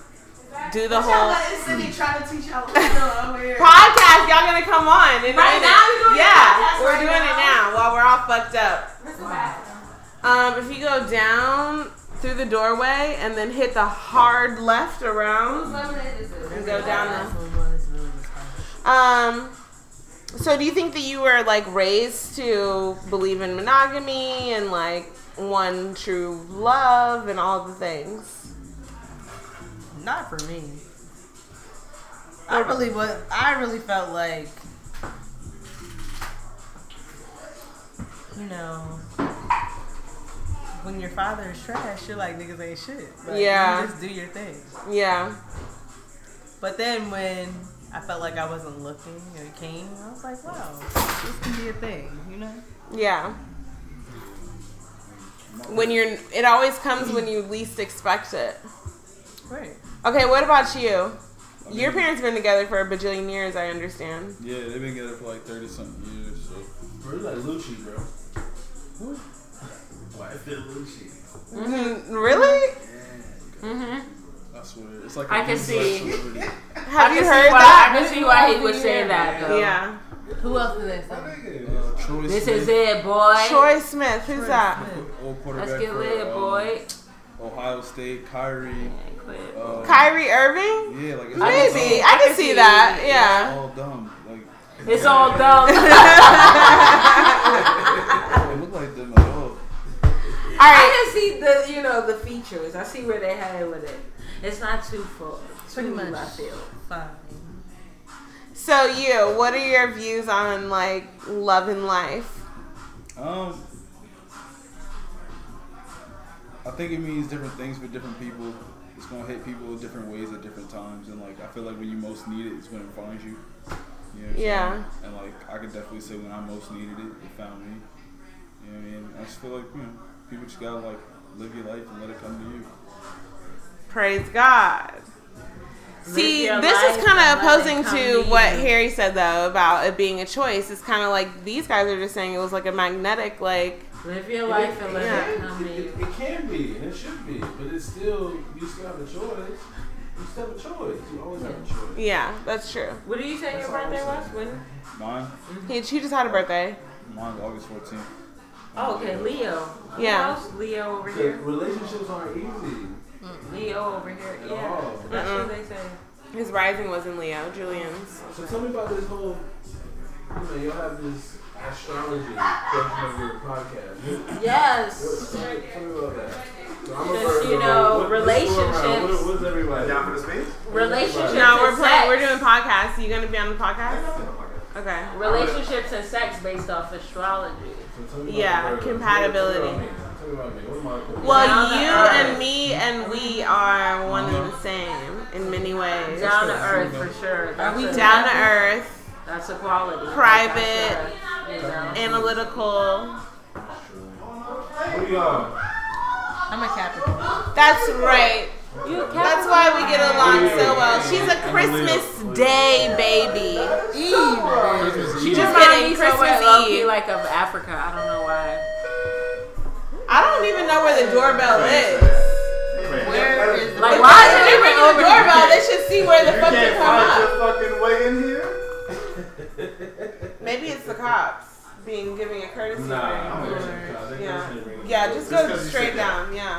[SPEAKER 3] do the whole Mm.
[SPEAKER 7] Sydney trying to teach y'all over here.
[SPEAKER 3] *laughs* podcast? Y'all gonna come on in a
[SPEAKER 4] Right
[SPEAKER 3] minute.
[SPEAKER 4] now we're doing a
[SPEAKER 3] yeah,
[SPEAKER 4] podcast
[SPEAKER 3] we're
[SPEAKER 4] right
[SPEAKER 3] doing it now while we're all fucked up. Um, if you go down through the doorway and then hit the hard left around and go down Um, so do you think that you were like raised to believe in monogamy and like one true love and all the things?
[SPEAKER 7] Not for me. I really was. I really felt like, you know, when your father is trash, you're like niggas ain't shit. Like, you
[SPEAKER 3] Yeah.
[SPEAKER 7] just do your thing.
[SPEAKER 3] Yeah.
[SPEAKER 7] But then when I felt like I wasn't looking and it came, I was like, wow, this can be a thing, you know?
[SPEAKER 3] Yeah. When you're, it always comes when you least expect it.
[SPEAKER 7] Right.
[SPEAKER 3] Okay, what about you? Your parents been together for a bajillion years, I understand.
[SPEAKER 8] Yeah, they've been together for like thirty something years. So
[SPEAKER 6] Bro, you like Lucci, bro. Why feel Lucci?
[SPEAKER 4] Mm-hmm.
[SPEAKER 3] Mm, really?
[SPEAKER 8] I swear, it's like
[SPEAKER 4] I
[SPEAKER 8] a
[SPEAKER 4] can
[SPEAKER 8] new
[SPEAKER 4] see.
[SPEAKER 8] celebrity.
[SPEAKER 3] Have
[SPEAKER 4] I
[SPEAKER 3] you
[SPEAKER 4] can see
[SPEAKER 3] heard
[SPEAKER 4] why-
[SPEAKER 3] that?
[SPEAKER 4] I can see why he was saying that. Though.
[SPEAKER 3] Yeah.
[SPEAKER 4] Who else is this?
[SPEAKER 8] Uh, Troy
[SPEAKER 4] This
[SPEAKER 8] Smith,
[SPEAKER 4] is it, boy.
[SPEAKER 3] Troy Smith, who's that?
[SPEAKER 8] old quarterback
[SPEAKER 4] Let's get
[SPEAKER 8] for,
[SPEAKER 4] lit,
[SPEAKER 8] um,
[SPEAKER 4] boy.
[SPEAKER 8] Ohio State, Kyrie.
[SPEAKER 4] Quit.
[SPEAKER 8] Uh,
[SPEAKER 3] Kyrie Irving?
[SPEAKER 8] Yeah, like it's
[SPEAKER 3] Maybe.
[SPEAKER 8] All
[SPEAKER 3] I can see that. Yeah.
[SPEAKER 8] dumb. all dumb.
[SPEAKER 4] It's all
[SPEAKER 3] *laughs*
[SPEAKER 4] dumb.
[SPEAKER 8] Like it look like them at all.
[SPEAKER 3] All
[SPEAKER 4] I
[SPEAKER 3] right.
[SPEAKER 4] just see the you know the features. I see where they had with it. It's not too full.
[SPEAKER 7] Pretty
[SPEAKER 4] too
[SPEAKER 7] much.
[SPEAKER 4] left field.
[SPEAKER 7] Fine.
[SPEAKER 3] So you, what are your views on like love and life?
[SPEAKER 8] Um, I think it means different things for different people. It's gonna hit people different ways at different times, and like I feel like when you most need it, it's when it finds you. You know what I'm
[SPEAKER 3] Yeah.
[SPEAKER 8] saying? And like I can definitely say when I most needed it, it found me. You know what I mean? I just feel like you know people just gotta like live your life and let it come to you.
[SPEAKER 3] Praise God. See,
[SPEAKER 4] your
[SPEAKER 3] this is
[SPEAKER 4] life and
[SPEAKER 3] kind
[SPEAKER 4] let it
[SPEAKER 3] of opposing
[SPEAKER 4] come
[SPEAKER 3] to
[SPEAKER 4] to
[SPEAKER 3] what
[SPEAKER 4] you.
[SPEAKER 3] Harry said though about it being a choice. It's kind of like these guys are just saying it was like a magnetic like
[SPEAKER 4] Live your life and let
[SPEAKER 3] Yeah.
[SPEAKER 4] it come to
[SPEAKER 6] It,
[SPEAKER 4] you.
[SPEAKER 6] it, it can be, and it should be, but it's still, you still have a choice. You still have a choice. You always have a choice.
[SPEAKER 3] yeah, that's true.
[SPEAKER 4] What did you say your
[SPEAKER 6] That's all
[SPEAKER 4] birthday
[SPEAKER 6] I'm
[SPEAKER 4] was?
[SPEAKER 6] saying.
[SPEAKER 4] When?
[SPEAKER 8] Mine,
[SPEAKER 3] He, she just had a birthday.
[SPEAKER 8] mine's August 14th.
[SPEAKER 4] Oh, okay, Leo. Who
[SPEAKER 3] Yeah.
[SPEAKER 4] else? Leo over
[SPEAKER 6] The
[SPEAKER 4] here.
[SPEAKER 6] relationships aren't easy.
[SPEAKER 3] Mm-hmm.
[SPEAKER 4] Leo over here.
[SPEAKER 6] At
[SPEAKER 4] Yeah.
[SPEAKER 6] all.
[SPEAKER 4] That's what they say.
[SPEAKER 3] Uh-uh. His rising was in Leo, Julian's.
[SPEAKER 6] So tell me about this whole, you know, y'all have this astrology portion of your podcast.
[SPEAKER 4] Yes.
[SPEAKER 6] Tell me- tell me about that. So I'm a
[SPEAKER 4] Because,
[SPEAKER 6] Virgo.
[SPEAKER 4] you know,
[SPEAKER 6] What- what's going around?
[SPEAKER 4] relationships-
[SPEAKER 6] What, what's everybody?
[SPEAKER 5] Down for the space?
[SPEAKER 4] Relationships.
[SPEAKER 3] No, we're
[SPEAKER 4] and
[SPEAKER 3] playing. We're
[SPEAKER 4] sex.
[SPEAKER 3] doing podcasts. You gonna be on the podcast? Okay.
[SPEAKER 4] relationships and sex based off astrology.
[SPEAKER 6] So tell me about
[SPEAKER 3] Yeah,
[SPEAKER 6] the Virgo.
[SPEAKER 3] compatibility.
[SPEAKER 6] Tell me about me. What am I- what am I-
[SPEAKER 3] Well,
[SPEAKER 4] Down to
[SPEAKER 3] you
[SPEAKER 4] earth.
[SPEAKER 3] and me and we are one and the same in many ways.
[SPEAKER 4] Down to earth for sure. That's
[SPEAKER 7] we
[SPEAKER 4] a-
[SPEAKER 3] Down to earth,
[SPEAKER 4] That's a quality.
[SPEAKER 3] Private.
[SPEAKER 4] That's a- you know.
[SPEAKER 3] analytical.
[SPEAKER 6] What are y'all?
[SPEAKER 7] I'm a Capricorn.
[SPEAKER 3] That's right.
[SPEAKER 4] You a
[SPEAKER 3] That's why we get along so well. She's a Christmas Day baby.
[SPEAKER 7] Eve.
[SPEAKER 4] She
[SPEAKER 3] just
[SPEAKER 4] just
[SPEAKER 3] getting
[SPEAKER 4] made me so
[SPEAKER 3] Christmas
[SPEAKER 4] wet, low-key,
[SPEAKER 3] Eve.
[SPEAKER 4] like of Africa. I don't know why.
[SPEAKER 3] I don't even know where the doorbell is.
[SPEAKER 7] Where is the
[SPEAKER 4] Like
[SPEAKER 3] Why
[SPEAKER 4] why
[SPEAKER 3] did
[SPEAKER 4] is
[SPEAKER 3] they
[SPEAKER 4] it
[SPEAKER 3] ring the
[SPEAKER 4] over here?
[SPEAKER 3] doorbell? They should see where the fuck they come up.
[SPEAKER 5] fucking way in here?
[SPEAKER 3] Maybe it's the cops being giving a courtesy
[SPEAKER 6] Nah, I'm
[SPEAKER 3] ring.
[SPEAKER 6] gonna check it out. They
[SPEAKER 3] Yeah.
[SPEAKER 6] definitely bring it.
[SPEAKER 3] Yeah, just
[SPEAKER 5] Just
[SPEAKER 3] go
[SPEAKER 5] 'cause you
[SPEAKER 3] straight
[SPEAKER 5] sit there.
[SPEAKER 3] down. Yeah.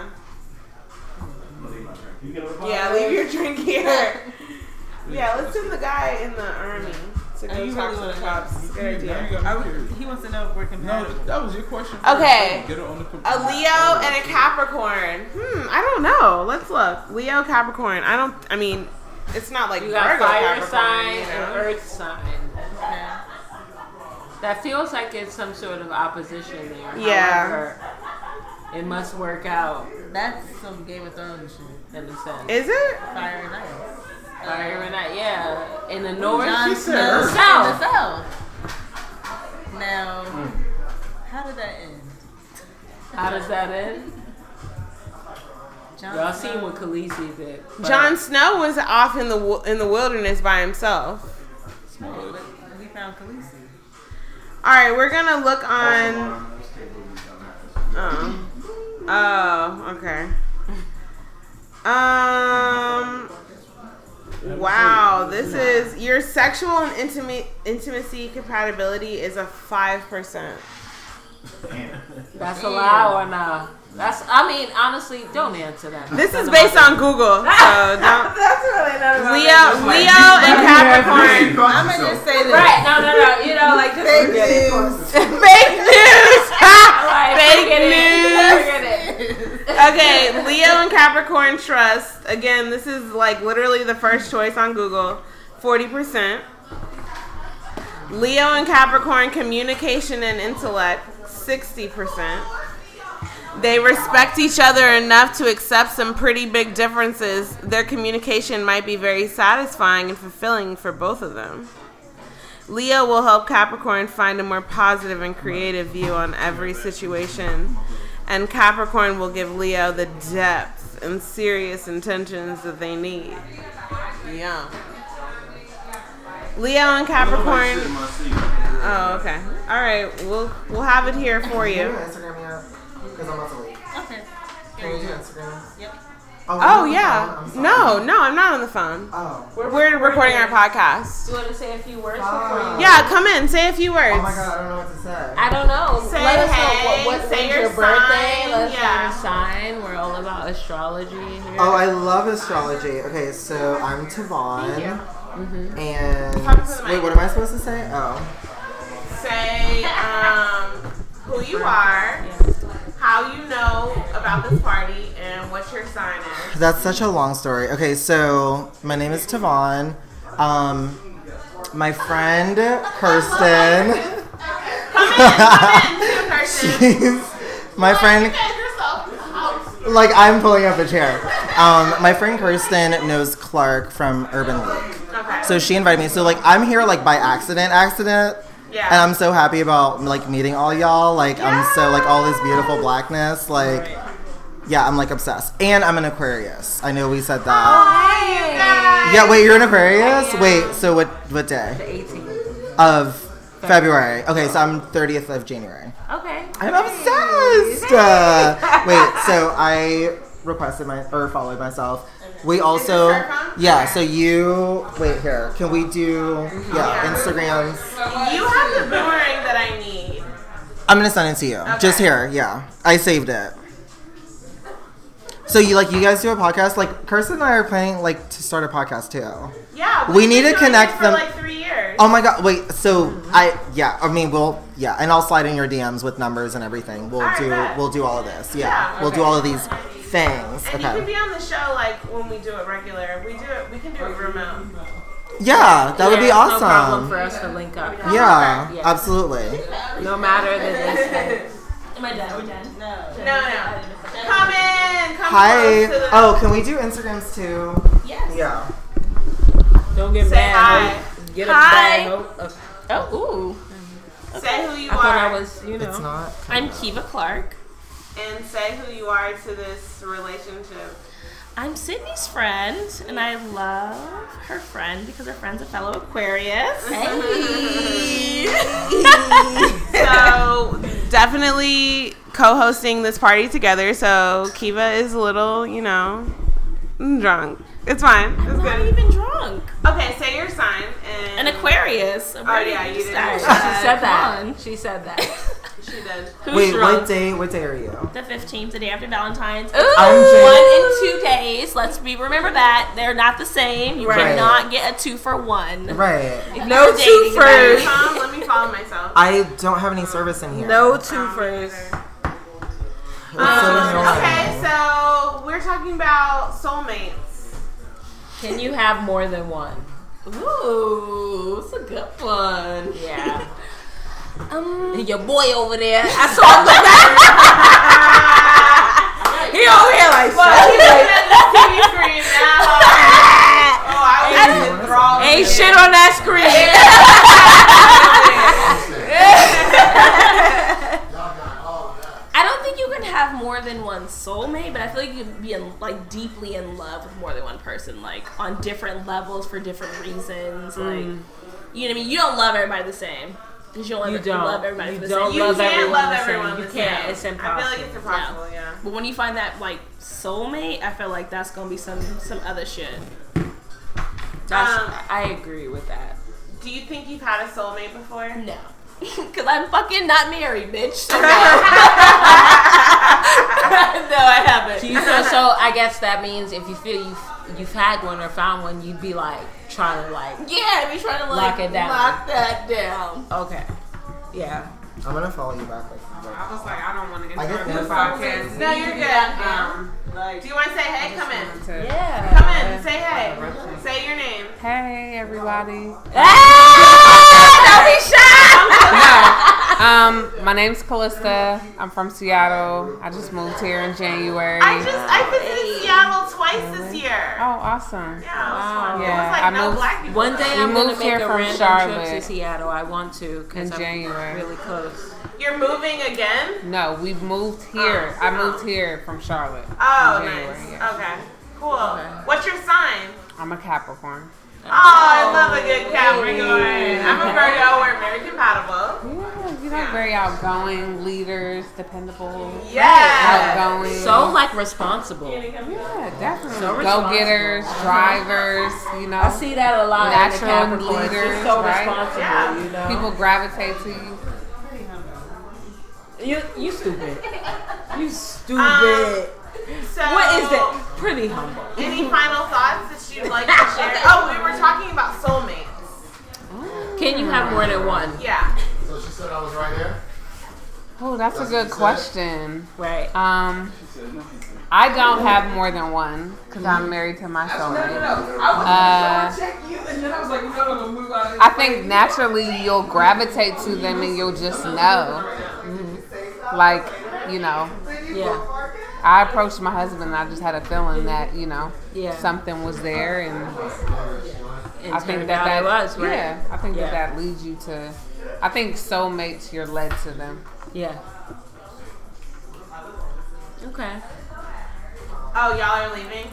[SPEAKER 6] You get a reply?
[SPEAKER 3] Yeah, leave your drink here. Yeah, let's send the guy in the army to
[SPEAKER 7] Are
[SPEAKER 3] go
[SPEAKER 7] you
[SPEAKER 3] talk
[SPEAKER 7] really
[SPEAKER 3] to the
[SPEAKER 7] gonna-
[SPEAKER 3] cops. Good
[SPEAKER 8] Now you
[SPEAKER 3] idea.
[SPEAKER 8] got me
[SPEAKER 7] Are we-
[SPEAKER 8] curious.
[SPEAKER 7] He wants to know if we're compatible.
[SPEAKER 8] No, that was your question. first.
[SPEAKER 3] Okay.
[SPEAKER 8] Get it on the computer.
[SPEAKER 3] A Leo and a Capricorn. Hmm, I don't know. Let's look. Leo, Capricorn. I don't. I mean, it's not like
[SPEAKER 4] You got
[SPEAKER 3] Virgo,
[SPEAKER 4] fire
[SPEAKER 3] Capricorn,
[SPEAKER 4] sign
[SPEAKER 3] you
[SPEAKER 4] and
[SPEAKER 3] know?
[SPEAKER 4] earth sign. That feels like it's some sort of opposition there.
[SPEAKER 3] Yeah.
[SPEAKER 4] However, it must work out
[SPEAKER 7] That's some Game of Thrones shit.
[SPEAKER 4] in a sense.
[SPEAKER 3] Is it?
[SPEAKER 7] Fire and ice.
[SPEAKER 4] Fire and I, yeah. In the north,
[SPEAKER 7] John
[SPEAKER 4] the
[SPEAKER 7] Snow in the
[SPEAKER 4] south. Hmm.
[SPEAKER 7] South. Now, how did that end?
[SPEAKER 4] How does that end?
[SPEAKER 7] John
[SPEAKER 4] Y'all
[SPEAKER 7] Snow-
[SPEAKER 4] seen what Khaleesi did. but-
[SPEAKER 3] Jon Snow was off in the wi- in the wilderness by himself.
[SPEAKER 8] Smell it.
[SPEAKER 7] We found Khaleesi.
[SPEAKER 3] All right, we're gonna look on. Oh. Oh, okay. Um Wow, this is your sexual and intimate intimacy compatibility is a five percent.
[SPEAKER 4] That's allowed or nah? That's. I mean, honestly, don't answer that.
[SPEAKER 3] This is based on Google, so don't.
[SPEAKER 7] That's really not about
[SPEAKER 3] Leo, Leo, and Capricorn.
[SPEAKER 9] I'm
[SPEAKER 3] I'm gonna just say this.
[SPEAKER 4] Right? No, no, no. You know, like just
[SPEAKER 3] Fake
[SPEAKER 4] forget it. *laughs*
[SPEAKER 3] news. Fake news.
[SPEAKER 4] Like,
[SPEAKER 3] Fake
[SPEAKER 4] forget
[SPEAKER 3] news.
[SPEAKER 4] It. Forget it.
[SPEAKER 3] Okay, Leo and Capricorn trust. Again, this is like literally the first choice on Google. 40%. Leo and Capricorn communication and intellect. 60%. They respect each other enough to accept some pretty big differences. Their communication might be very satisfying and fulfilling for both of them. Leo will help Capricorn find a more positive and creative view on every situation. And Capricorn will give Leo the depth and serious intentions that they need. Yeah. Leo and Capricorn. Oh, okay. All right. We'll we'll have it here for you.
[SPEAKER 9] Instagram me up because I'm about to leave.
[SPEAKER 7] Okay.
[SPEAKER 9] Can you do
[SPEAKER 7] Yep.
[SPEAKER 9] Instagram? you're
[SPEAKER 3] Oh
[SPEAKER 9] on the
[SPEAKER 3] yeah.
[SPEAKER 9] phone? I'm sorry.
[SPEAKER 3] No, no, I'm not on the phone.
[SPEAKER 9] Oh.
[SPEAKER 3] We're recording our podcast.
[SPEAKER 4] You want to say a few words before
[SPEAKER 9] Bye.
[SPEAKER 4] you?
[SPEAKER 3] Ah. Yeah, come in. Say a few words.
[SPEAKER 9] Oh my god, I don't know what to say.
[SPEAKER 4] I don't know.
[SPEAKER 3] Say
[SPEAKER 4] Let us
[SPEAKER 3] hey,
[SPEAKER 4] know what, what
[SPEAKER 3] say
[SPEAKER 4] when's
[SPEAKER 3] your
[SPEAKER 4] your birthday.
[SPEAKER 3] sign,
[SPEAKER 4] Let us
[SPEAKER 3] yeah.
[SPEAKER 4] know your sign. We're all about astrology here.
[SPEAKER 9] Oh, I love astrology. Okay, so I'm Tavon. Mm-hmm.
[SPEAKER 4] Thank you.
[SPEAKER 9] And
[SPEAKER 3] Talk to the
[SPEAKER 9] wait,
[SPEAKER 3] mic.
[SPEAKER 9] what am I supposed to say? Oh,
[SPEAKER 3] Say um, who you are, how you know about this party, and what your sign is.
[SPEAKER 9] that's such a long story. Okay, so my name is Tavon. Um, my friend Kirsten.
[SPEAKER 3] Come in, come in, person.
[SPEAKER 9] *laughs* She's my friend. Like I'm pulling up a chair. Um, my friend Kirsten knows Clark from Urban League.
[SPEAKER 3] Okay.
[SPEAKER 9] So she invited me. So like I'm here like by accident, accident.
[SPEAKER 3] Yeah.
[SPEAKER 9] And I'm so happy about like meeting all y'all. Like I'm so like all this beautiful blackness. Like yeah, I'm like obsessed. And I'm an Aquarius. I know we said that.
[SPEAKER 3] Oh, Hey, you guys.
[SPEAKER 9] yeah, wait, you're an Aquarius? Wait, so what what day?
[SPEAKER 4] 18.
[SPEAKER 9] Of February. Okay, so I'm 30th of January.
[SPEAKER 4] Okay.
[SPEAKER 9] I'm obsessed. Uh, wait, so I requested my or followed myself. We also
[SPEAKER 3] her phone?
[SPEAKER 9] yeah. So you wait here. Can we do yeah Instagrams?
[SPEAKER 3] You have the boomerang that I need.
[SPEAKER 9] I'm gonna send it to you. Just
[SPEAKER 3] Okay.
[SPEAKER 9] here. Yeah, I saved it. So you like you guys do a podcast? Like Kirsten and I are planning like to start a podcast too.
[SPEAKER 3] Yeah.
[SPEAKER 9] We
[SPEAKER 3] we've
[SPEAKER 9] need
[SPEAKER 3] been
[SPEAKER 9] to
[SPEAKER 3] doing
[SPEAKER 9] connect
[SPEAKER 3] it
[SPEAKER 9] them-
[SPEAKER 3] For like three years.
[SPEAKER 9] Oh my god! Wait. So I yeah. I mean we'll yeah, and I'll slide in your DMs with numbers and everything. We'll
[SPEAKER 3] Alright,
[SPEAKER 9] do
[SPEAKER 3] bet.
[SPEAKER 9] we'll do all of this. Yeah,
[SPEAKER 3] Yeah,
[SPEAKER 9] we'll do all of these things.
[SPEAKER 3] and you
[SPEAKER 9] okay.
[SPEAKER 3] can be on the show like when we do it regular. We do it. We can do it remote.
[SPEAKER 9] yeah, that would be
[SPEAKER 4] There's No problem
[SPEAKER 3] Um,
[SPEAKER 9] awesome.
[SPEAKER 4] for us to link up.
[SPEAKER 9] yeah,
[SPEAKER 4] Yeah.
[SPEAKER 9] absolutely.
[SPEAKER 4] No matter the distance.
[SPEAKER 10] Am I done? We're done. No.
[SPEAKER 3] No, no. Come in. Come
[SPEAKER 9] Hi.
[SPEAKER 3] close to the-
[SPEAKER 9] Oh, can we do Instagrams too?
[SPEAKER 10] Yes.
[SPEAKER 9] Yeah.
[SPEAKER 4] Don't get
[SPEAKER 3] Say
[SPEAKER 4] mad.
[SPEAKER 3] hi.
[SPEAKER 4] ho. Get
[SPEAKER 3] Hi.
[SPEAKER 4] up there. ho. Oh, ooh.
[SPEAKER 3] Say who you
[SPEAKER 4] I
[SPEAKER 3] are.
[SPEAKER 4] thought I was, you know.
[SPEAKER 9] It's not.
[SPEAKER 10] I'm Kiva Clark.
[SPEAKER 3] and say who you are to this relationship.
[SPEAKER 10] I'm Sydney's friend, and I love her friend because her friend's a fellow Aquarius. *laughs*
[SPEAKER 3] So definitely co-hosting this party together. So Kiva is a little, you know, drunk. It's fine. It's
[SPEAKER 10] I'm not
[SPEAKER 3] good.
[SPEAKER 10] even drunk.
[SPEAKER 3] Okay, say your sign
[SPEAKER 10] An
[SPEAKER 3] and
[SPEAKER 10] Aquarius.
[SPEAKER 3] Oh, yeah, you didn't know
[SPEAKER 4] She said that. She said that.
[SPEAKER 3] *laughs* She did.
[SPEAKER 10] Who's
[SPEAKER 9] Wait,
[SPEAKER 10] drunk?
[SPEAKER 9] what day? What day are you?
[SPEAKER 10] The 15th, the day after Valentine's.
[SPEAKER 9] I'm
[SPEAKER 10] One
[SPEAKER 9] Jane.
[SPEAKER 10] and two days. Let's be remember that they're not the same. You
[SPEAKER 9] Right.
[SPEAKER 10] cannot get a two for one.
[SPEAKER 9] Right.
[SPEAKER 10] If you're dating somebody.
[SPEAKER 4] twofers.
[SPEAKER 3] Tom, let me follow myself.
[SPEAKER 9] I don't have any service in here.
[SPEAKER 4] No twofers.
[SPEAKER 9] It's
[SPEAKER 3] Um,
[SPEAKER 9] so annoying.
[SPEAKER 3] Okay, so we're talking about soulmates.
[SPEAKER 4] Can you have more than one?
[SPEAKER 10] Ooh, it's a good one.
[SPEAKER 4] Yeah.
[SPEAKER 10] Um,
[SPEAKER 4] *laughs* Your boy over there. I saw him look back. he over here like,
[SPEAKER 3] Well,
[SPEAKER 4] shit.
[SPEAKER 3] he's looking at the TV screen
[SPEAKER 4] *laughs*
[SPEAKER 3] now. Oh, I was enthralled.
[SPEAKER 4] Ain't
[SPEAKER 3] with it.
[SPEAKER 4] shit on that screen.
[SPEAKER 3] *laughs*
[SPEAKER 10] *laughs* I don't think you can have more than one soulmate, but I feel like you can be in, like deeply in love with more than one person, like on different levels for different reasons. Like, you know what I mean? You don't love everybody the same because you don't,
[SPEAKER 4] Mm. You
[SPEAKER 10] love-
[SPEAKER 4] don't.
[SPEAKER 10] love everybody
[SPEAKER 4] You
[SPEAKER 10] the
[SPEAKER 4] don't
[SPEAKER 10] same.
[SPEAKER 3] You
[SPEAKER 4] love
[SPEAKER 3] can't
[SPEAKER 4] everyone
[SPEAKER 3] love
[SPEAKER 4] the same.
[SPEAKER 3] everyone.
[SPEAKER 4] You
[SPEAKER 3] the
[SPEAKER 4] can't.
[SPEAKER 3] same.
[SPEAKER 4] It's
[SPEAKER 3] I feel like it's impossible. Yeah.
[SPEAKER 10] But when you find that like soulmate, I feel like that's gonna be some some other shit.
[SPEAKER 4] That's,
[SPEAKER 3] Um,
[SPEAKER 4] I agree with that.
[SPEAKER 3] Do you think you've had a soulmate before?
[SPEAKER 10] No, *laughs* Cause I'm fucking not married,
[SPEAKER 3] *laughs*
[SPEAKER 10] bitch. So no. no, I haven't.
[SPEAKER 4] You know, so I guess that means if you feel you've you've had one or found one, you'd be like trying to like
[SPEAKER 10] Yeah, we trying to like
[SPEAKER 4] Lock it down.
[SPEAKER 10] Lock that down.
[SPEAKER 4] okay, yeah.
[SPEAKER 9] I'm gonna follow you back. Like, like-
[SPEAKER 3] I was like, I don't want to
[SPEAKER 9] I guess
[SPEAKER 3] interrupt the
[SPEAKER 9] that's
[SPEAKER 3] podcast. No, you're good. Um,
[SPEAKER 7] Like,
[SPEAKER 3] do you want to say hey? Come in.
[SPEAKER 4] Yeah.
[SPEAKER 3] Come in. Say hey. Say your name.
[SPEAKER 11] Hey everybody.
[SPEAKER 3] Oh,
[SPEAKER 10] Ah, don't be shy.
[SPEAKER 11] *laughs* Um, my name's Callista. I'm from Seattle. I just moved here in January.
[SPEAKER 3] I just I visited Seattle twice this
[SPEAKER 11] oh,
[SPEAKER 3] year.
[SPEAKER 11] awesome.
[SPEAKER 3] Yeah, it was fun.
[SPEAKER 11] Yeah,
[SPEAKER 3] it was like
[SPEAKER 11] I
[SPEAKER 3] no
[SPEAKER 11] moved-
[SPEAKER 3] black people.
[SPEAKER 4] One day
[SPEAKER 11] We
[SPEAKER 4] I'm gonna
[SPEAKER 11] moved
[SPEAKER 4] make
[SPEAKER 11] here
[SPEAKER 4] a
[SPEAKER 11] from
[SPEAKER 4] random trip
[SPEAKER 11] Charlotte
[SPEAKER 4] to Seattle. I want to because
[SPEAKER 11] in
[SPEAKER 4] I'm
[SPEAKER 11] January.
[SPEAKER 4] really close.
[SPEAKER 3] You're moving again?
[SPEAKER 11] No, we moved here.
[SPEAKER 3] Oh,
[SPEAKER 11] I
[SPEAKER 3] no.
[SPEAKER 11] moved here from Charlotte. in
[SPEAKER 3] Oh,
[SPEAKER 11] January,
[SPEAKER 3] nice.
[SPEAKER 11] yeah.
[SPEAKER 3] Okay. Cool. What's your sign?
[SPEAKER 11] I'm a Capricorn.
[SPEAKER 3] Oh, I love a good Capricorn. I'm
[SPEAKER 11] *laughs*
[SPEAKER 3] a Virgo. We're American compatible.
[SPEAKER 11] Yeah, you know, very outgoing, leaders, dependable.
[SPEAKER 3] Yeah.
[SPEAKER 11] Outgoing.
[SPEAKER 4] So like responsible.
[SPEAKER 11] yeah, definitely.
[SPEAKER 4] So responsible.
[SPEAKER 11] Go getters, drivers, you know.
[SPEAKER 4] I see that a lot. in the
[SPEAKER 11] Natural
[SPEAKER 4] Capricorns. Just
[SPEAKER 11] leaders,
[SPEAKER 4] so
[SPEAKER 11] right?
[SPEAKER 4] responsible.
[SPEAKER 3] Yeah.
[SPEAKER 4] You know.
[SPEAKER 11] People gravitate to you.
[SPEAKER 4] You you stupid. You stupid.
[SPEAKER 3] Um, So
[SPEAKER 4] what is that? Pretty humble.
[SPEAKER 3] Any final thoughts that you'd
[SPEAKER 4] *laughs*
[SPEAKER 3] like to share? Oh, we were talking about soulmates.
[SPEAKER 4] Can you have more than one?
[SPEAKER 3] Yeah.
[SPEAKER 12] So she said I was right there.
[SPEAKER 11] Oh, that's a good question.
[SPEAKER 4] Right.
[SPEAKER 11] Um, I don't have more than one because I'm married to my soulmate.
[SPEAKER 6] I was like, so I check you, and then I was like, you know, I'm gonna move out of this
[SPEAKER 11] Uh, I think naturally you'll gravitate to them and you'll just know. Mm-hmm. Like, you know,
[SPEAKER 4] Yeah.
[SPEAKER 11] I approached my husband and I just had a feeling that, you know,
[SPEAKER 4] Yeah.
[SPEAKER 11] something was there and
[SPEAKER 4] And
[SPEAKER 11] I think
[SPEAKER 4] turned
[SPEAKER 11] that
[SPEAKER 4] out
[SPEAKER 11] that
[SPEAKER 4] it was right.
[SPEAKER 11] Yeah, I think
[SPEAKER 4] Yeah.
[SPEAKER 11] that that leads you to. I think soulmates, you're led to them.
[SPEAKER 7] *laughs*
[SPEAKER 4] Yeah. Okay.
[SPEAKER 3] Oh, y'all are
[SPEAKER 4] *laughs*
[SPEAKER 3] leaving?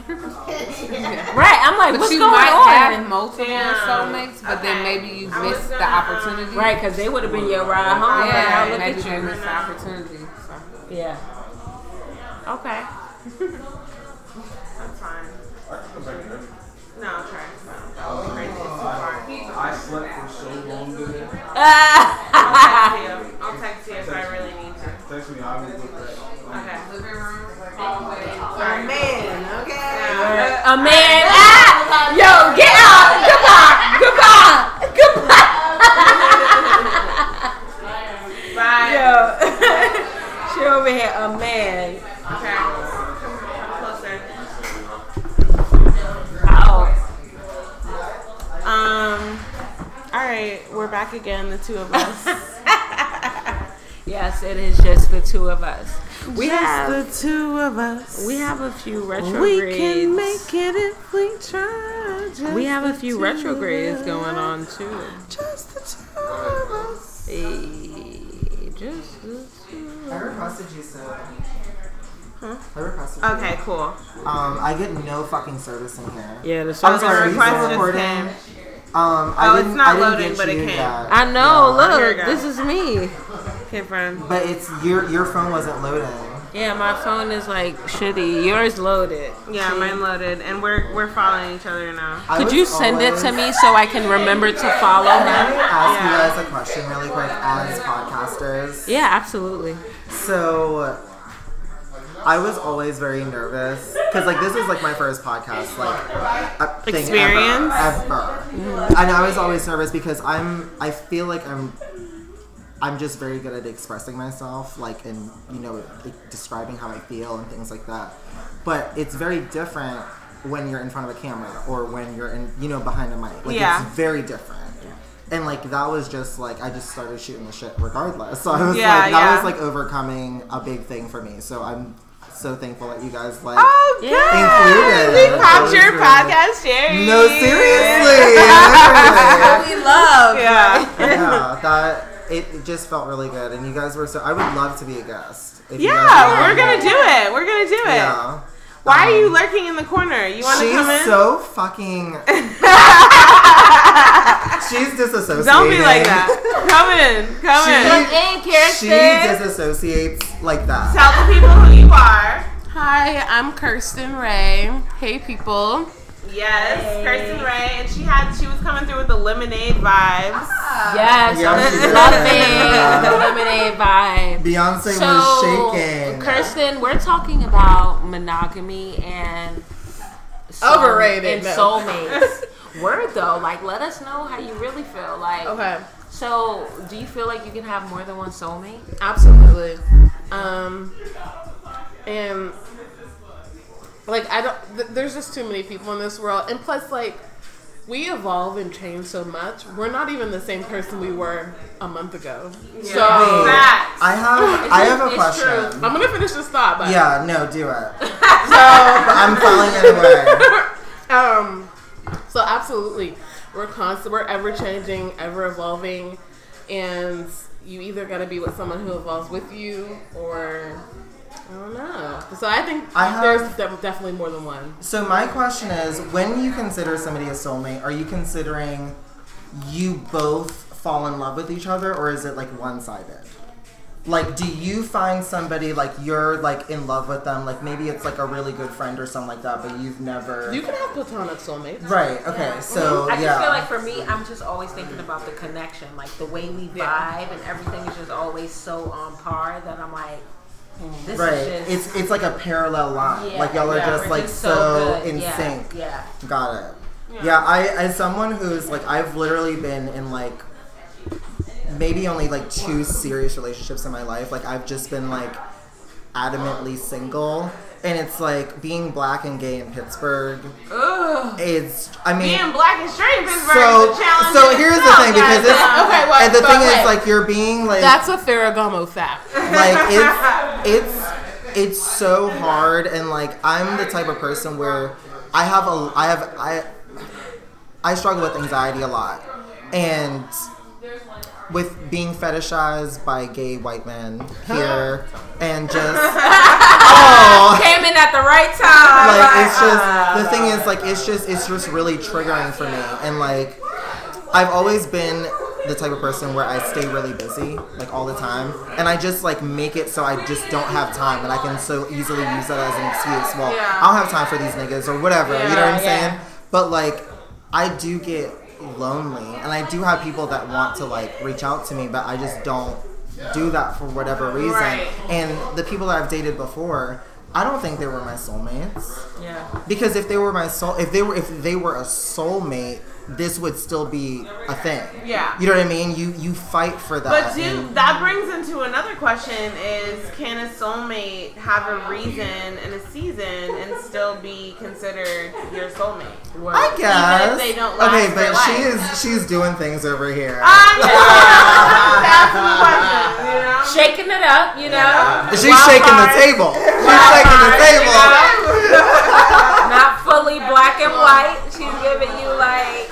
[SPEAKER 4] Right. I'm like,
[SPEAKER 11] But
[SPEAKER 4] what's
[SPEAKER 11] you
[SPEAKER 4] going
[SPEAKER 11] might
[SPEAKER 4] on?
[SPEAKER 11] have multiple
[SPEAKER 3] Yeah.
[SPEAKER 11] soulmates, but then
[SPEAKER 3] Okay.
[SPEAKER 11] maybe you
[SPEAKER 3] I was
[SPEAKER 11] missed the
[SPEAKER 3] gonna-
[SPEAKER 11] opportunity.
[SPEAKER 4] uh, Right, because they would have been your ride home.
[SPEAKER 11] Yeah,
[SPEAKER 4] but now
[SPEAKER 11] maybe
[SPEAKER 4] look
[SPEAKER 11] they
[SPEAKER 4] at you.
[SPEAKER 11] missed the opportunity. So.
[SPEAKER 4] Yeah. Okay.
[SPEAKER 3] That's fine. No, try. No, that would be crazy. It's too far.
[SPEAKER 6] I slept for so long
[SPEAKER 3] *laughs*
[SPEAKER 6] today.
[SPEAKER 3] I'll text you. I'll text you if I really need to.
[SPEAKER 8] Text me, I will look at it.
[SPEAKER 3] Okay.
[SPEAKER 7] man, okay.
[SPEAKER 3] Yeah.
[SPEAKER 4] A man. Ah! Yo, get out. Goodbye. Goodbye.
[SPEAKER 3] Bye.
[SPEAKER 4] Yo. *laughs* she over here, a man.
[SPEAKER 3] Okay. Come closer.
[SPEAKER 4] Oh.
[SPEAKER 3] Um. All right, we're back again, the two of us.
[SPEAKER 4] *laughs* *laughs* Yes, it is just the two of us. We have
[SPEAKER 3] the two of us.
[SPEAKER 4] we have a few retrogrades.
[SPEAKER 3] it if we try. Just
[SPEAKER 4] We have a few retrogrades going on too.
[SPEAKER 3] Just the two of us.
[SPEAKER 4] Eh, Just the two.
[SPEAKER 9] I requested you, so. I requested you.
[SPEAKER 3] Okay, cool.
[SPEAKER 9] Um, I get no fucking service in here.
[SPEAKER 4] Yeah, the
[SPEAKER 9] I'm
[SPEAKER 4] service.
[SPEAKER 9] sorry,
[SPEAKER 3] service
[SPEAKER 9] you
[SPEAKER 3] request
[SPEAKER 9] still
[SPEAKER 3] just
[SPEAKER 9] recording?
[SPEAKER 3] came.
[SPEAKER 9] Um,
[SPEAKER 3] Oh,
[SPEAKER 9] I
[SPEAKER 3] it's
[SPEAKER 9] didn't,
[SPEAKER 3] not
[SPEAKER 9] I didn't
[SPEAKER 3] loading,
[SPEAKER 9] get
[SPEAKER 3] but it
[SPEAKER 9] you
[SPEAKER 3] came.
[SPEAKER 9] that.
[SPEAKER 4] I know.
[SPEAKER 3] Here
[SPEAKER 4] Look,
[SPEAKER 3] we go.
[SPEAKER 4] this is me.
[SPEAKER 3] Okay, friend.
[SPEAKER 9] But it's your your phone wasn't loading.
[SPEAKER 4] Yeah, my phone is like shitty. Yours loaded.
[SPEAKER 3] Yeah, mine loaded, and we're we're following each other now.
[SPEAKER 9] I
[SPEAKER 4] Could
[SPEAKER 9] was
[SPEAKER 4] you send it to
[SPEAKER 9] always-
[SPEAKER 4] me so I can remember to follow
[SPEAKER 9] Can I
[SPEAKER 4] him?
[SPEAKER 9] ask
[SPEAKER 3] Yeah.
[SPEAKER 9] you guys a question really quick as podcasters?
[SPEAKER 4] Yeah, absolutely.
[SPEAKER 9] So I was always very nervous because like this is like my first podcast like uh, thing
[SPEAKER 3] Experience?
[SPEAKER 9] ever, ever.
[SPEAKER 4] Mm.
[SPEAKER 9] and I was always nervous because I'm I feel like I'm I'm just very good at expressing myself like and you know like, describing how I feel and things like that but it's very different when you're in front of a camera or when you're in you know behind a mic like
[SPEAKER 3] Yeah.
[SPEAKER 9] it's very different and like that was just like I just started shooting the shit regardless. *laughs* So I was
[SPEAKER 3] Yeah,
[SPEAKER 9] like that
[SPEAKER 3] yeah.
[SPEAKER 9] was like overcoming a big thing for me. So I'm so thankful that you guys like
[SPEAKER 3] Oh, good.
[SPEAKER 9] included.
[SPEAKER 3] We popped
[SPEAKER 9] Those
[SPEAKER 3] your
[SPEAKER 9] were-
[SPEAKER 3] podcast, Sherry.
[SPEAKER 9] No, *laughs*
[SPEAKER 3] *laughs*
[SPEAKER 9] seriously. literally.
[SPEAKER 7] We love.
[SPEAKER 3] Yeah. *laughs*
[SPEAKER 9] yeah, that it it just felt really good, and you guys were so. I would love to be a guest. if you guys
[SPEAKER 3] Yeah,
[SPEAKER 9] would.
[SPEAKER 3] we're gonna do it. We're gonna do it.
[SPEAKER 9] Yeah. Um,
[SPEAKER 3] Why are you lurking in the corner? You want to
[SPEAKER 9] She's
[SPEAKER 3] come in?
[SPEAKER 9] so fucking.
[SPEAKER 3] *laughs*
[SPEAKER 9] She's disassociated.
[SPEAKER 3] Don't be like that.
[SPEAKER 9] *laughs*
[SPEAKER 3] Come in. Come
[SPEAKER 9] She-
[SPEAKER 3] in.
[SPEAKER 4] in,
[SPEAKER 9] She
[SPEAKER 4] Kirsten.
[SPEAKER 9] disassociates like that.
[SPEAKER 3] Tell the people who you are.
[SPEAKER 11] Hi, I'm Kirsten Ray.
[SPEAKER 10] Hey people.
[SPEAKER 3] Yes, Kirsten Ray, and she had she was coming through with the lemonade vibes.
[SPEAKER 4] Ah. Yes, I
[SPEAKER 9] Yes,
[SPEAKER 4] was
[SPEAKER 9] she did.
[SPEAKER 4] loving the lemonade
[SPEAKER 3] *laughs*
[SPEAKER 4] vibe.
[SPEAKER 9] Beyonce
[SPEAKER 4] so,
[SPEAKER 9] was shaking.
[SPEAKER 4] Kirsten, we're talking about monogamy and
[SPEAKER 11] Overrated,
[SPEAKER 4] and
[SPEAKER 11] no.
[SPEAKER 4] soulmates.
[SPEAKER 11] *laughs*
[SPEAKER 4] Word though, like let us know how you really feel. Like
[SPEAKER 11] Okay.
[SPEAKER 4] So, do you feel like you can have more than one soulmate?
[SPEAKER 11] Absolutely. Um, and like I don't. Th- there's just too many people in this world, and plus, like we evolve and change so much. We're not even the same person we were a month ago.
[SPEAKER 9] Yeah.
[SPEAKER 11] So
[SPEAKER 9] Wait, Facts.
[SPEAKER 11] *laughs*
[SPEAKER 9] I have- I have a question.
[SPEAKER 11] true. I'm gonna finish this thought, but
[SPEAKER 9] Yeah, no, do
[SPEAKER 11] *laughs*
[SPEAKER 9] it. But I'm falling anyway.
[SPEAKER 11] *laughs* um, so absolutely, we're constant, we're ever changing, ever evolving, and you either gotta be with someone who evolves with you, or I don't know. So I think
[SPEAKER 9] I have-
[SPEAKER 11] there's de- definitely more than one.
[SPEAKER 9] So my question is, when you consider somebody a soulmate, are you considering you both fall in love with each other, or is it like one-sided? Like, do you find somebody like you're like in love with them? Like maybe it's like a really good friend or something like that, but you've never.
[SPEAKER 11] You can have platonic soulmates,
[SPEAKER 9] Right, okay, so,
[SPEAKER 4] I just
[SPEAKER 9] yeah.
[SPEAKER 4] feel like for me, I'm just always thinking about the connection, like the way we vibe and everything is just always so on par that I'm like, "Hmm, this
[SPEAKER 9] right.
[SPEAKER 4] is just
[SPEAKER 9] it's it's like a parallel line.
[SPEAKER 4] Yeah,
[SPEAKER 9] like y'all are
[SPEAKER 4] yeah,
[SPEAKER 9] just
[SPEAKER 4] we're
[SPEAKER 9] like
[SPEAKER 4] just so
[SPEAKER 9] so,
[SPEAKER 4] good.
[SPEAKER 9] in
[SPEAKER 4] Yeah,
[SPEAKER 9] sync.
[SPEAKER 4] yeah.
[SPEAKER 9] Got it.
[SPEAKER 4] Yeah.
[SPEAKER 9] Yeah. I as someone who's like I've literally been in like maybe only like two serious relationships in my life. Like I've just been like adamantly single. And it's like being black and gay in Pittsburgh.
[SPEAKER 3] Ugh.
[SPEAKER 9] It's I mean
[SPEAKER 3] being black and straight in Pittsburgh
[SPEAKER 9] so
[SPEAKER 3] is a challenge.
[SPEAKER 9] so
[SPEAKER 3] in
[SPEAKER 9] here's the
[SPEAKER 3] itself,
[SPEAKER 9] thing because it's
[SPEAKER 3] goddamn.
[SPEAKER 9] and the
[SPEAKER 11] but
[SPEAKER 9] thing
[SPEAKER 11] wait.
[SPEAKER 9] is like you're being like
[SPEAKER 11] That's a Ferragamo fact.
[SPEAKER 9] *laughs* like it's it's it's so hard and like i'm the type of person where i have a i have i i struggle with anxiety a lot and with being fetishized by gay white men here
[SPEAKER 4] *laughs*
[SPEAKER 9] and just oh
[SPEAKER 4] came in at the right time. uh,
[SPEAKER 9] like it's just the thing is like it's just it's just really triggering for me and like i've always been the type of person where i stay really busy like all the time and i just like make it so i just don't have time and i can so easily use that as an excuse well
[SPEAKER 1] Yeah.
[SPEAKER 9] i don't have time for these niggas or whatever you know what
[SPEAKER 1] Yeah,
[SPEAKER 9] i'm
[SPEAKER 1] yeah.
[SPEAKER 9] saying but like i do get lonely and i do have people that want to like reach out to me but i just don't do that for whatever reason
[SPEAKER 1] Right.
[SPEAKER 9] and the people that i've dated before i don't think they were my soulmates
[SPEAKER 4] Yeah.
[SPEAKER 9] because if they were my soul, if they were if they were a soulmate, this would still be a thing.
[SPEAKER 3] Yeah.
[SPEAKER 9] You know what I mean? You you fight for that. Mm-hmm.
[SPEAKER 3] But do
[SPEAKER 9] and-
[SPEAKER 3] that brings into another question: Is can a soulmate have a reason and a season and still be considered your soulmate?
[SPEAKER 9] I guess.
[SPEAKER 3] Even if they don't last
[SPEAKER 9] okay, but
[SPEAKER 3] their
[SPEAKER 9] she
[SPEAKER 3] life. Ah,
[SPEAKER 9] is she's doing things over here.
[SPEAKER 4] Shaking it up, you know.
[SPEAKER 9] She's
[SPEAKER 4] Wild
[SPEAKER 9] shaking the
[SPEAKER 4] card.
[SPEAKER 9] table. She's
[SPEAKER 4] Wild
[SPEAKER 9] shaking the
[SPEAKER 4] card,
[SPEAKER 9] table.
[SPEAKER 4] you
[SPEAKER 9] *laughs*
[SPEAKER 4] know? Not fully black and white. She's giving you like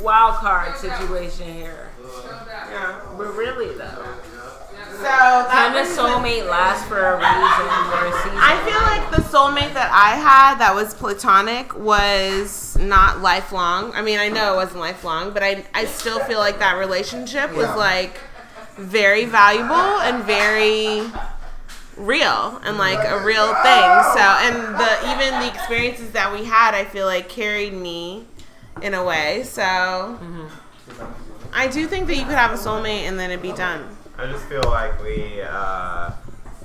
[SPEAKER 4] wild card situation here.
[SPEAKER 3] Yeah.
[SPEAKER 4] But really though.
[SPEAKER 3] So that
[SPEAKER 4] Can a
[SPEAKER 3] brings in-
[SPEAKER 4] soulmate last for a reason or a season?
[SPEAKER 3] I feel like the soulmate that I had that was platonic was not lifelong. I mean, I know it wasn't lifelong, but I I still feel like that relationship was
[SPEAKER 9] Yeah.
[SPEAKER 3] like very valuable and very real and like a real thing. So, and the even the experiences that we had, I feel like carried me in a way. So, I do think that you could have a soulmate and then it'd be done.
[SPEAKER 5] I just feel like we uh,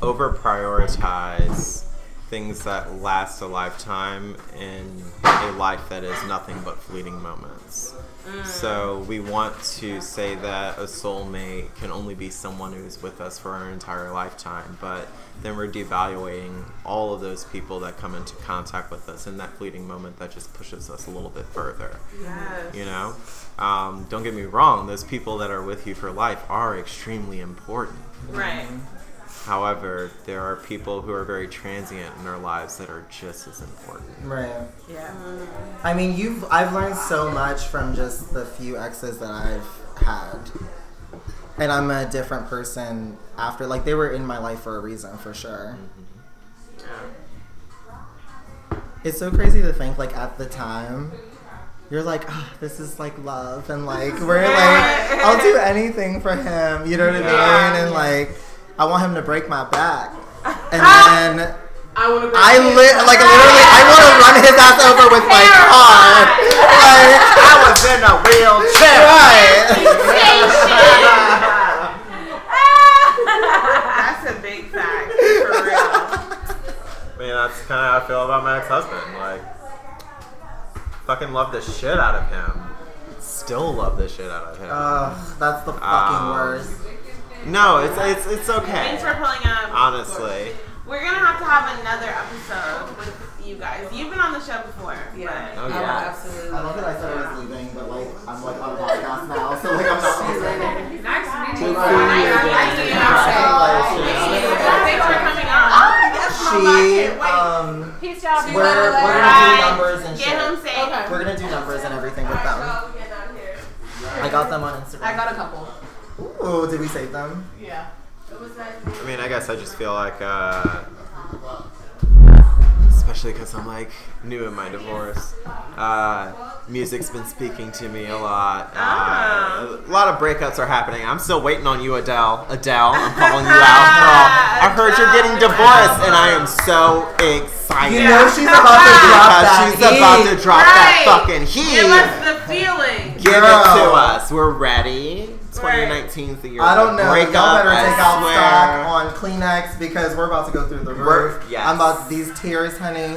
[SPEAKER 5] over prioritize things that last a lifetime in a life that is nothing but fleeting moments.
[SPEAKER 1] Mm.
[SPEAKER 5] So we want to say that a soulmate can only be someone who's with us for our entire lifetime, but then we're devaluing all of those people that come into contact with us in that fleeting moment that just pushes us a little bit further.
[SPEAKER 1] Yes.
[SPEAKER 5] You know? Um, don't get me wrong, those people that are with you for life are extremely important.
[SPEAKER 3] Right.
[SPEAKER 5] However, there are people who are very transient in their lives that are just as important.
[SPEAKER 9] Right.
[SPEAKER 4] Yeah.
[SPEAKER 9] I mean, you've I've learned so much from just the few exes that I've had, and I'm a different person after. Like they were in my life for a reason, for sure. It's so crazy to think like at the time. You're like, oh, this is like love, and like we're like, I'll do anything for him. You know what I
[SPEAKER 1] Yeah.
[SPEAKER 9] mean? And like, I want him to break my back, and then
[SPEAKER 11] I want to go.
[SPEAKER 9] I lit like literally, I want to run his ass over with my car. Like I was in a wheelchair. Right.
[SPEAKER 3] That's a big fact, for real.
[SPEAKER 5] I mean, that's kind of how I feel about my ex-husband. Like, fucking love the shit out of him. Still love the shit out of him.
[SPEAKER 9] Ugh, that's the fucking
[SPEAKER 5] Um,
[SPEAKER 9] worst.
[SPEAKER 5] No, it's it's it's okay.
[SPEAKER 3] Thanks for pulling up.
[SPEAKER 5] Honestly,
[SPEAKER 3] We're gonna have to have another episode with you guys. You've been on the show before. Yeah.
[SPEAKER 5] Oh, yeah.
[SPEAKER 9] I love that I said I was leaving, but like I'm like on a podcast now, so like I'm not leaving.
[SPEAKER 3] Nice
[SPEAKER 9] to meet you. Nice to meet you.
[SPEAKER 3] Thanks for coming on.
[SPEAKER 9] Oh, She um,
[SPEAKER 3] Peace
[SPEAKER 9] we're
[SPEAKER 3] out,
[SPEAKER 9] we're
[SPEAKER 3] be well.
[SPEAKER 9] gonna
[SPEAKER 3] Bye.
[SPEAKER 9] do numbers and
[SPEAKER 3] Get
[SPEAKER 9] shit.
[SPEAKER 3] him safe. Okay.
[SPEAKER 9] We're gonna do numbers and everything with them. I got them on Instagram.
[SPEAKER 13] I got a couple.
[SPEAKER 9] Ooh, did we save them?
[SPEAKER 13] Yeah.
[SPEAKER 5] I mean, I guess I just feel like, uh, especially because I'm like new in my divorce. Uh, music's been speaking to me a lot.
[SPEAKER 3] Ah.
[SPEAKER 5] Uh, a lot of breakups are happening. I'm still waiting on you, Adele. Adele, I'm calling you out. Girl, I heard you're getting divorced, and I am so excited.
[SPEAKER 9] You know she's about to drop
[SPEAKER 5] Because
[SPEAKER 9] that
[SPEAKER 5] She's about to
[SPEAKER 9] heat.
[SPEAKER 5] drop that
[SPEAKER 3] Right.
[SPEAKER 5] fucking heat.
[SPEAKER 3] Give us the feeling.
[SPEAKER 5] Give it to
[SPEAKER 9] Girl.
[SPEAKER 5] us. We're ready. 2019 is the year.
[SPEAKER 9] I
[SPEAKER 5] of
[SPEAKER 9] don't know.
[SPEAKER 5] Breakup,
[SPEAKER 9] Y'all better
[SPEAKER 5] I
[SPEAKER 9] take out
[SPEAKER 5] swear.
[SPEAKER 9] stock on Kleenex because we're about to go through the
[SPEAKER 5] We're-
[SPEAKER 9] roof.
[SPEAKER 5] yes.
[SPEAKER 9] I'm about these tears, honey.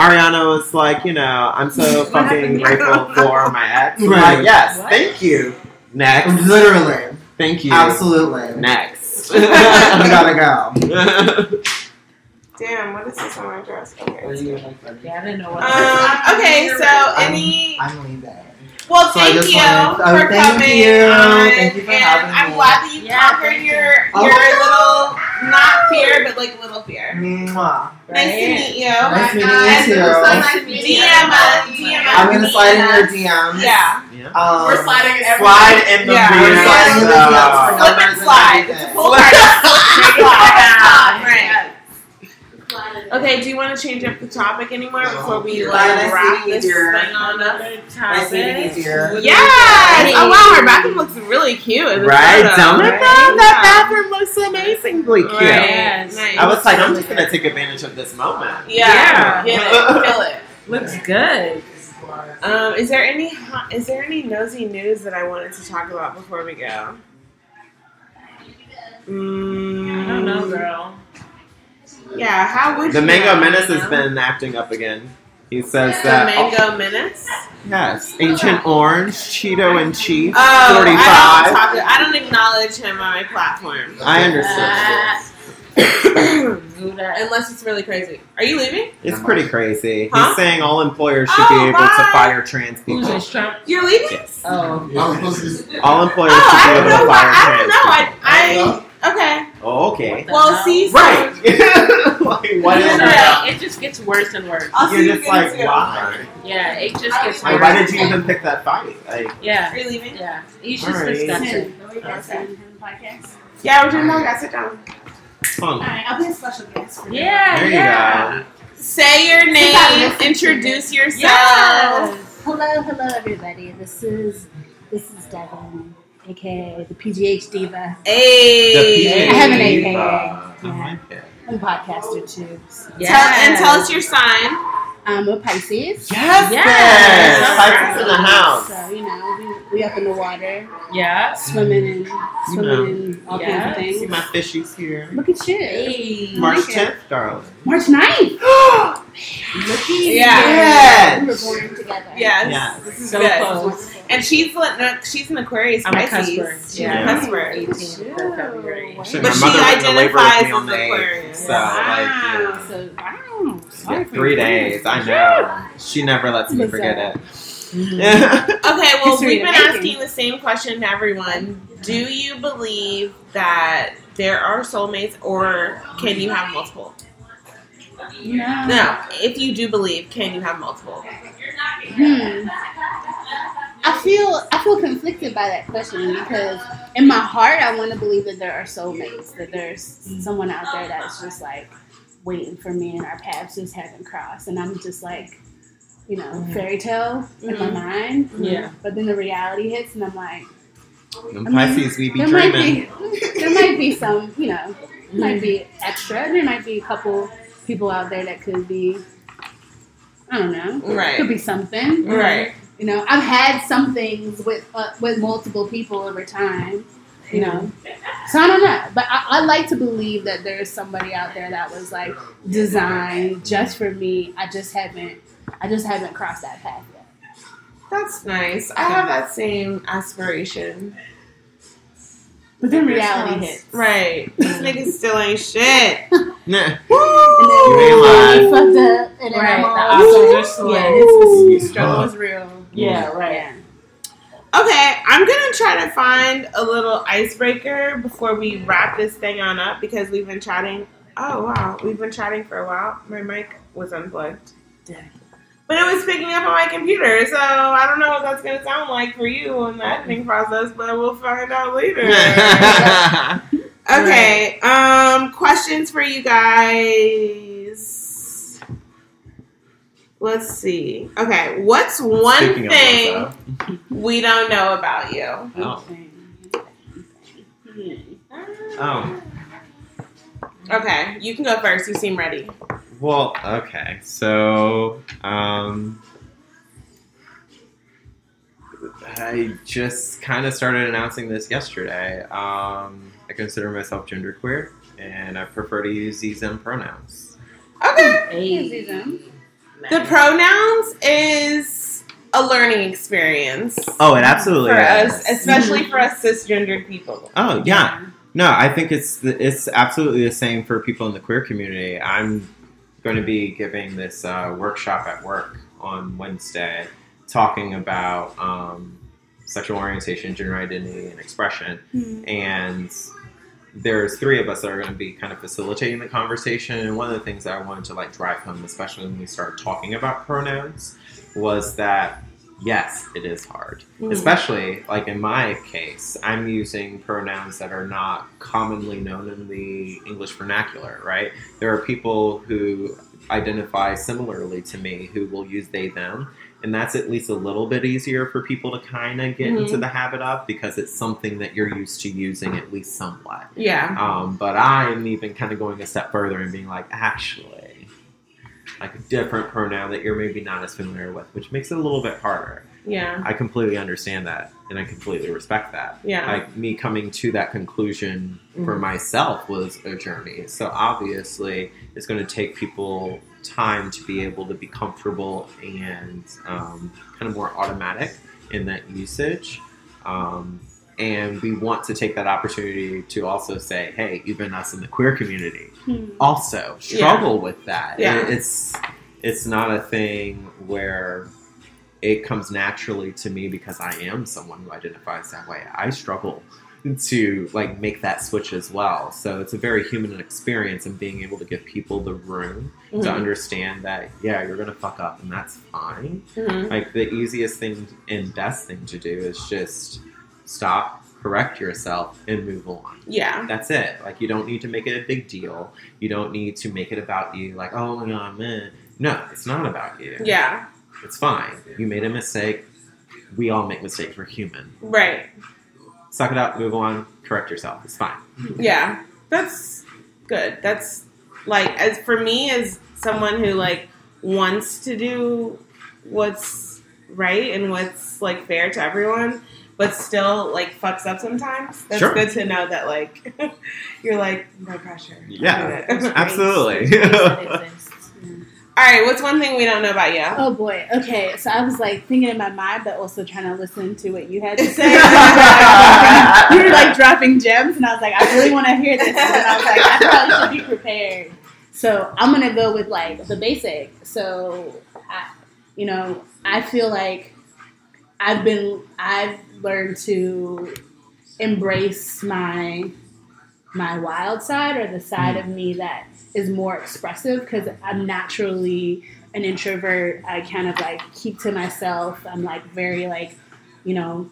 [SPEAKER 5] Ariana was like, you know, I'm
[SPEAKER 3] *laughs*
[SPEAKER 5] so fucking grateful for my ex. I'm
[SPEAKER 9] Right.
[SPEAKER 5] Like, yes, thank you. Next.
[SPEAKER 9] Literally.
[SPEAKER 5] Thank you.
[SPEAKER 9] Absolutely.
[SPEAKER 5] *laughs* Next.
[SPEAKER 9] *laughs* we gotta
[SPEAKER 5] *laughs*
[SPEAKER 9] go.
[SPEAKER 3] Damn, what is this on my dress? Okay.
[SPEAKER 9] Yeah, I didn't know what.
[SPEAKER 3] Um, okay, so any.
[SPEAKER 9] I'm leaving.
[SPEAKER 3] Well,
[SPEAKER 9] So I
[SPEAKER 3] thank
[SPEAKER 9] just
[SPEAKER 3] you
[SPEAKER 9] wanted- oh,
[SPEAKER 3] for
[SPEAKER 9] thank
[SPEAKER 3] coming
[SPEAKER 9] you.
[SPEAKER 3] on,
[SPEAKER 9] Thank you for
[SPEAKER 3] and
[SPEAKER 9] having
[SPEAKER 3] I'm
[SPEAKER 9] me.
[SPEAKER 3] glad that you conquered your
[SPEAKER 9] Oh.
[SPEAKER 3] your little not fear, but like little fear.
[SPEAKER 9] Mwah.
[SPEAKER 3] Nice to meet you.
[SPEAKER 9] Nice meeting you
[SPEAKER 3] And
[SPEAKER 9] too.
[SPEAKER 3] it was so
[SPEAKER 9] Nice
[SPEAKER 3] nice to meet you. DM us. DM us.
[SPEAKER 9] I'm gonna slide in your DMs.
[SPEAKER 3] Yeah.
[SPEAKER 9] Um,
[SPEAKER 3] We're sliding in every-
[SPEAKER 9] slide in the
[SPEAKER 3] Yeah.
[SPEAKER 9] DMs.
[SPEAKER 3] We're
[SPEAKER 9] Slide in the DMs. for
[SPEAKER 3] Slip
[SPEAKER 9] numbers
[SPEAKER 3] and slide. It's a full slide. Right. Okay, do you want to change up the topic anymore before we like
[SPEAKER 9] Nice
[SPEAKER 3] wrap
[SPEAKER 9] meeting you,
[SPEAKER 3] this
[SPEAKER 9] dear.
[SPEAKER 3] thing on up?
[SPEAKER 9] Nice meeting you, dear.
[SPEAKER 3] Yes! Oh wow, her bathroom looks really cute. in this
[SPEAKER 5] Right,
[SPEAKER 3] photo.
[SPEAKER 5] don't it though? That
[SPEAKER 3] Yeah.
[SPEAKER 5] bathroom looks amazingly cute.
[SPEAKER 3] Right, nice.
[SPEAKER 5] I was like, I'm just gonna take advantage of this moment.
[SPEAKER 3] Yeah,
[SPEAKER 5] *laughs*
[SPEAKER 3] Kill it, kill it.
[SPEAKER 4] Looks good.
[SPEAKER 3] Um, is there any hot- is there any nosy news that I wanted to talk about before we go? Mm,
[SPEAKER 4] I don't know, girl.
[SPEAKER 3] Yeah, how would
[SPEAKER 5] The
[SPEAKER 3] you
[SPEAKER 5] Mango
[SPEAKER 3] know?
[SPEAKER 5] Menace has been acting up again. He says
[SPEAKER 3] The
[SPEAKER 5] that.
[SPEAKER 3] mango menace.
[SPEAKER 5] Oh, Yes, Ancient Orange, Cheeto and Chief,
[SPEAKER 3] Oh,
[SPEAKER 5] 45.
[SPEAKER 3] I don't talk. I don't acknowledge him on my platform.
[SPEAKER 5] I understand.
[SPEAKER 3] Unless it's really crazy. Are you leaving?
[SPEAKER 5] It's pretty crazy.
[SPEAKER 3] Huh? Oh,
[SPEAKER 5] He's saying all employers should be able to fire trans people.
[SPEAKER 3] You're leaving?
[SPEAKER 4] Oh.
[SPEAKER 5] All employers
[SPEAKER 3] Oh,
[SPEAKER 5] should
[SPEAKER 3] I
[SPEAKER 5] be
[SPEAKER 3] don't
[SPEAKER 5] able to
[SPEAKER 3] know. Why,
[SPEAKER 5] fire
[SPEAKER 3] I
[SPEAKER 5] trans
[SPEAKER 3] don't know. I, I okay.
[SPEAKER 5] people. Oh,
[SPEAKER 3] *laughs*
[SPEAKER 5] okay.
[SPEAKER 3] Well, see, so-
[SPEAKER 5] Right. like, what is
[SPEAKER 4] You know,
[SPEAKER 5] that?
[SPEAKER 4] It just gets worse and worse.
[SPEAKER 3] I'll
[SPEAKER 5] You're
[SPEAKER 3] see you
[SPEAKER 5] just
[SPEAKER 3] again
[SPEAKER 5] like,
[SPEAKER 3] soon.
[SPEAKER 5] why?
[SPEAKER 4] Yeah, it just gets worse.
[SPEAKER 5] Like, why did you even pick that fight? Like,
[SPEAKER 4] Yeah.
[SPEAKER 3] You're leaving?
[SPEAKER 4] Yeah. He's just
[SPEAKER 5] Sorry.
[SPEAKER 4] disgusting.
[SPEAKER 3] Okay. Yeah, we're doing podcast. Sit down.
[SPEAKER 5] Fun.
[SPEAKER 3] right, I'll be a special guest. For
[SPEAKER 4] Yeah,
[SPEAKER 5] there
[SPEAKER 4] yeah.
[SPEAKER 5] you go.
[SPEAKER 3] Say your name. Introduce yourself.
[SPEAKER 14] Hello, hello, everybody. This is this is Devon, aka the PGH Diva.
[SPEAKER 3] Hey.
[SPEAKER 14] I have an
[SPEAKER 3] PGH
[SPEAKER 14] AKA.
[SPEAKER 13] Uh,
[SPEAKER 3] Diva.
[SPEAKER 14] Yeah. I'm a podcaster too. so-
[SPEAKER 3] Tell, and tell us your sign.
[SPEAKER 14] I'm a Pisces.
[SPEAKER 3] Yes,
[SPEAKER 5] Yes. bitch. Pisces in the house.
[SPEAKER 14] So you know we, we up in the water.
[SPEAKER 4] Yeah.
[SPEAKER 14] Swimming and
[SPEAKER 5] You
[SPEAKER 14] swimming
[SPEAKER 5] know.
[SPEAKER 14] and all
[SPEAKER 5] Yeah.
[SPEAKER 14] kinds of
[SPEAKER 5] See
[SPEAKER 14] things. Mm-hmm.
[SPEAKER 5] my fishies here.
[SPEAKER 14] Look at you.
[SPEAKER 5] March
[SPEAKER 14] Look at-
[SPEAKER 5] 10th, darling. *gasps*
[SPEAKER 14] March *gasps* 9th.
[SPEAKER 3] Yeah.
[SPEAKER 5] Yes.
[SPEAKER 14] We were born together.
[SPEAKER 3] Yes.
[SPEAKER 5] Yes.
[SPEAKER 3] This is
[SPEAKER 14] So
[SPEAKER 3] good.
[SPEAKER 14] close.
[SPEAKER 3] And she's like, no, she's an Aquarius
[SPEAKER 4] I'm a
[SPEAKER 3] Pisces.
[SPEAKER 4] Cusper.
[SPEAKER 3] She's
[SPEAKER 4] Yeah.
[SPEAKER 3] a Cusper.
[SPEAKER 5] Shit,
[SPEAKER 3] But she
[SPEAKER 5] my mother went to labor with me
[SPEAKER 3] identifies
[SPEAKER 5] on
[SPEAKER 3] as
[SPEAKER 5] the 8th,
[SPEAKER 3] Aquarius.
[SPEAKER 5] so, like, yeah.
[SPEAKER 14] So wow.
[SPEAKER 5] Yeah, three days. I know. She never lets me forget it.
[SPEAKER 3] Okay, well,
[SPEAKER 14] History
[SPEAKER 3] we've
[SPEAKER 14] of
[SPEAKER 3] been
[SPEAKER 14] baking.
[SPEAKER 3] asking the same question to everyone. Do you believe that there are soulmates, or can you have multiple?
[SPEAKER 14] No.
[SPEAKER 3] No, if you do believe, can you have multiple?
[SPEAKER 14] Hmm. I feel I feel conflicted by that question because in my heart I want to believe that there are soulmates, that there's someone out there that's just like waiting for me and our paths just haven't crossed, and I'm just like, you know, fairy tale in my
[SPEAKER 4] Mhm.
[SPEAKER 14] mind.
[SPEAKER 4] Yeah.
[SPEAKER 14] But then the reality hits, and I'm like,
[SPEAKER 5] Them Pisces, we be
[SPEAKER 14] there
[SPEAKER 5] dreaming.
[SPEAKER 14] *laughs*
[SPEAKER 5] *laughs*
[SPEAKER 14] might be there might be some, you know, might be extra. There might be a couple people out there that could be, I don't know,
[SPEAKER 3] Right.
[SPEAKER 14] could be something,
[SPEAKER 3] Right.
[SPEAKER 14] You know, I've had some things with uh, with multiple people over time, you know. So I don't know, but I, I like to believe that there is somebody out there that was like designed just for me. I just haven't, I just haven't crossed that path yet.
[SPEAKER 3] That's nice. I have that same aspiration.
[SPEAKER 14] But then reality hits.
[SPEAKER 3] Right. This nigga still ain't shit.
[SPEAKER 5] Nah.
[SPEAKER 3] Woo!
[SPEAKER 5] You
[SPEAKER 14] fucked up, and then
[SPEAKER 3] Right.
[SPEAKER 14] I'm all-
[SPEAKER 3] The options are slim.
[SPEAKER 14] Yeah, it's- it's- the struggle
[SPEAKER 3] Huh.
[SPEAKER 14] is real.
[SPEAKER 3] Yeah, right.
[SPEAKER 14] Yeah.
[SPEAKER 3] Okay, I'm gonna try to find a little icebreaker before we wrap this thing on up because we've been chatting. Oh wow, we've been chatting for a while. My mic was unplugged. But it was picking up on my computer, so I don't know what that's gonna sound like for you on the editing process, but we'll find
[SPEAKER 5] *laughs*
[SPEAKER 3] out later. okay, um, questions for you guys. Let's see. Okay, what's one
[SPEAKER 5] Speaking of
[SPEAKER 3] thing
[SPEAKER 5] myself.
[SPEAKER 3] we don't know about you?
[SPEAKER 5] Oh. Oh.
[SPEAKER 3] Okay, you can go first. You seem ready.
[SPEAKER 5] Well, okay. So, um, I just kind of started announcing this yesterday. Um, I consider myself genderqueer, and I prefer to use these and pronouns.
[SPEAKER 14] Easy, though.
[SPEAKER 3] The pronouns is a learning experience.
[SPEAKER 5] Oh, it absolutely
[SPEAKER 3] for
[SPEAKER 5] is.
[SPEAKER 3] us, especially for us cisgendered people.
[SPEAKER 5] Oh yeah, no, I think it's the, it's absolutely the same for people in the queer community. I'm going to be giving this uh, workshop at work on Wednesday, talking about um, sexual orientation, gender identity, and expression.
[SPEAKER 2] Mhm.
[SPEAKER 5] And there's three of us that are going to be kind of facilitating the conversation. And one of the things that I wanted to like drive home, especially when we start talking about pronouns, was that yes, it is hard.
[SPEAKER 13] Mm.
[SPEAKER 5] Especially like in my case, I'm using pronouns that are not commonly known in the English vernacular, right? There are people who identify similarly to me who will use they them. And that's at least a little bit easier for people to kind of get
[SPEAKER 3] Mhm.
[SPEAKER 5] into the habit of because it's something that you're used to using at least somewhat.
[SPEAKER 3] Yeah.
[SPEAKER 5] Um, but I'm even kind of going a step further and being like, actually, like a different pronoun that you're maybe not as familiar with, which makes it a little bit harder.
[SPEAKER 3] Yeah.
[SPEAKER 5] I completely understand that and I completely respect that.
[SPEAKER 3] Yeah.
[SPEAKER 5] Like me coming to that conclusion for
[SPEAKER 3] Mhm.
[SPEAKER 5] myself was a journey. So obviously it's going to take people time to be able to be comfortable and um, kind of more automatic in that usage. Um, and we want to take that opportunity to also say, hey, even us in the queer community also struggle with that.
[SPEAKER 3] Hmm. Yeah.
[SPEAKER 5] It- it's it's not a thing where it comes naturally to me because I am someone who identifies that way. I struggle to like make that switch as well. So it's a very human experience and being able to give people the room
[SPEAKER 13] Mhm.
[SPEAKER 3] Mm-hmm.
[SPEAKER 5] to understand that yeah, you're gonna fuck up and that's fine.
[SPEAKER 3] Mm-hmm.
[SPEAKER 13] Mhm.
[SPEAKER 5] Like the easiest thing and best thing to do is just stop, correct yourself, and move on.
[SPEAKER 3] Yeah.
[SPEAKER 5] That's it. Like you don't need to make it a big deal. You don't need to make it about you like, oh no, I'm in. No, it's not about you.
[SPEAKER 3] Yeah.
[SPEAKER 5] It's fine. You made a mistake. We all make mistakes. We're human.
[SPEAKER 3] Right.
[SPEAKER 5] Suck it up, move on, correct yourself. It's fine.
[SPEAKER 3] Yeah. That's good. That's like as for me as someone who like wants to do what's right and what's like fair to everyone, but still like fucks up sometimes. That's
[SPEAKER 5] Sure.
[SPEAKER 3] good to know that like *laughs* you're like no pressure. *laughs*
[SPEAKER 5] Yeah.
[SPEAKER 3] Do it.
[SPEAKER 5] Absolutely. *laughs*
[SPEAKER 3] All right, what's one thing we don't know about you?
[SPEAKER 14] Oh boy. Okay. So I was like thinking in my mind, but also trying to listen to what you had to say. you were like dropping gems, and I was like, I really want to hear this. And then I was like, I probably should be prepared. So I'm gonna go with like the basic. So I, you know, I feel like I've been I've learned to embrace my my wild side or the side of me that is more expressive because I'm naturally an introvert. I kind of like keep to myself. I'm like very like, you know,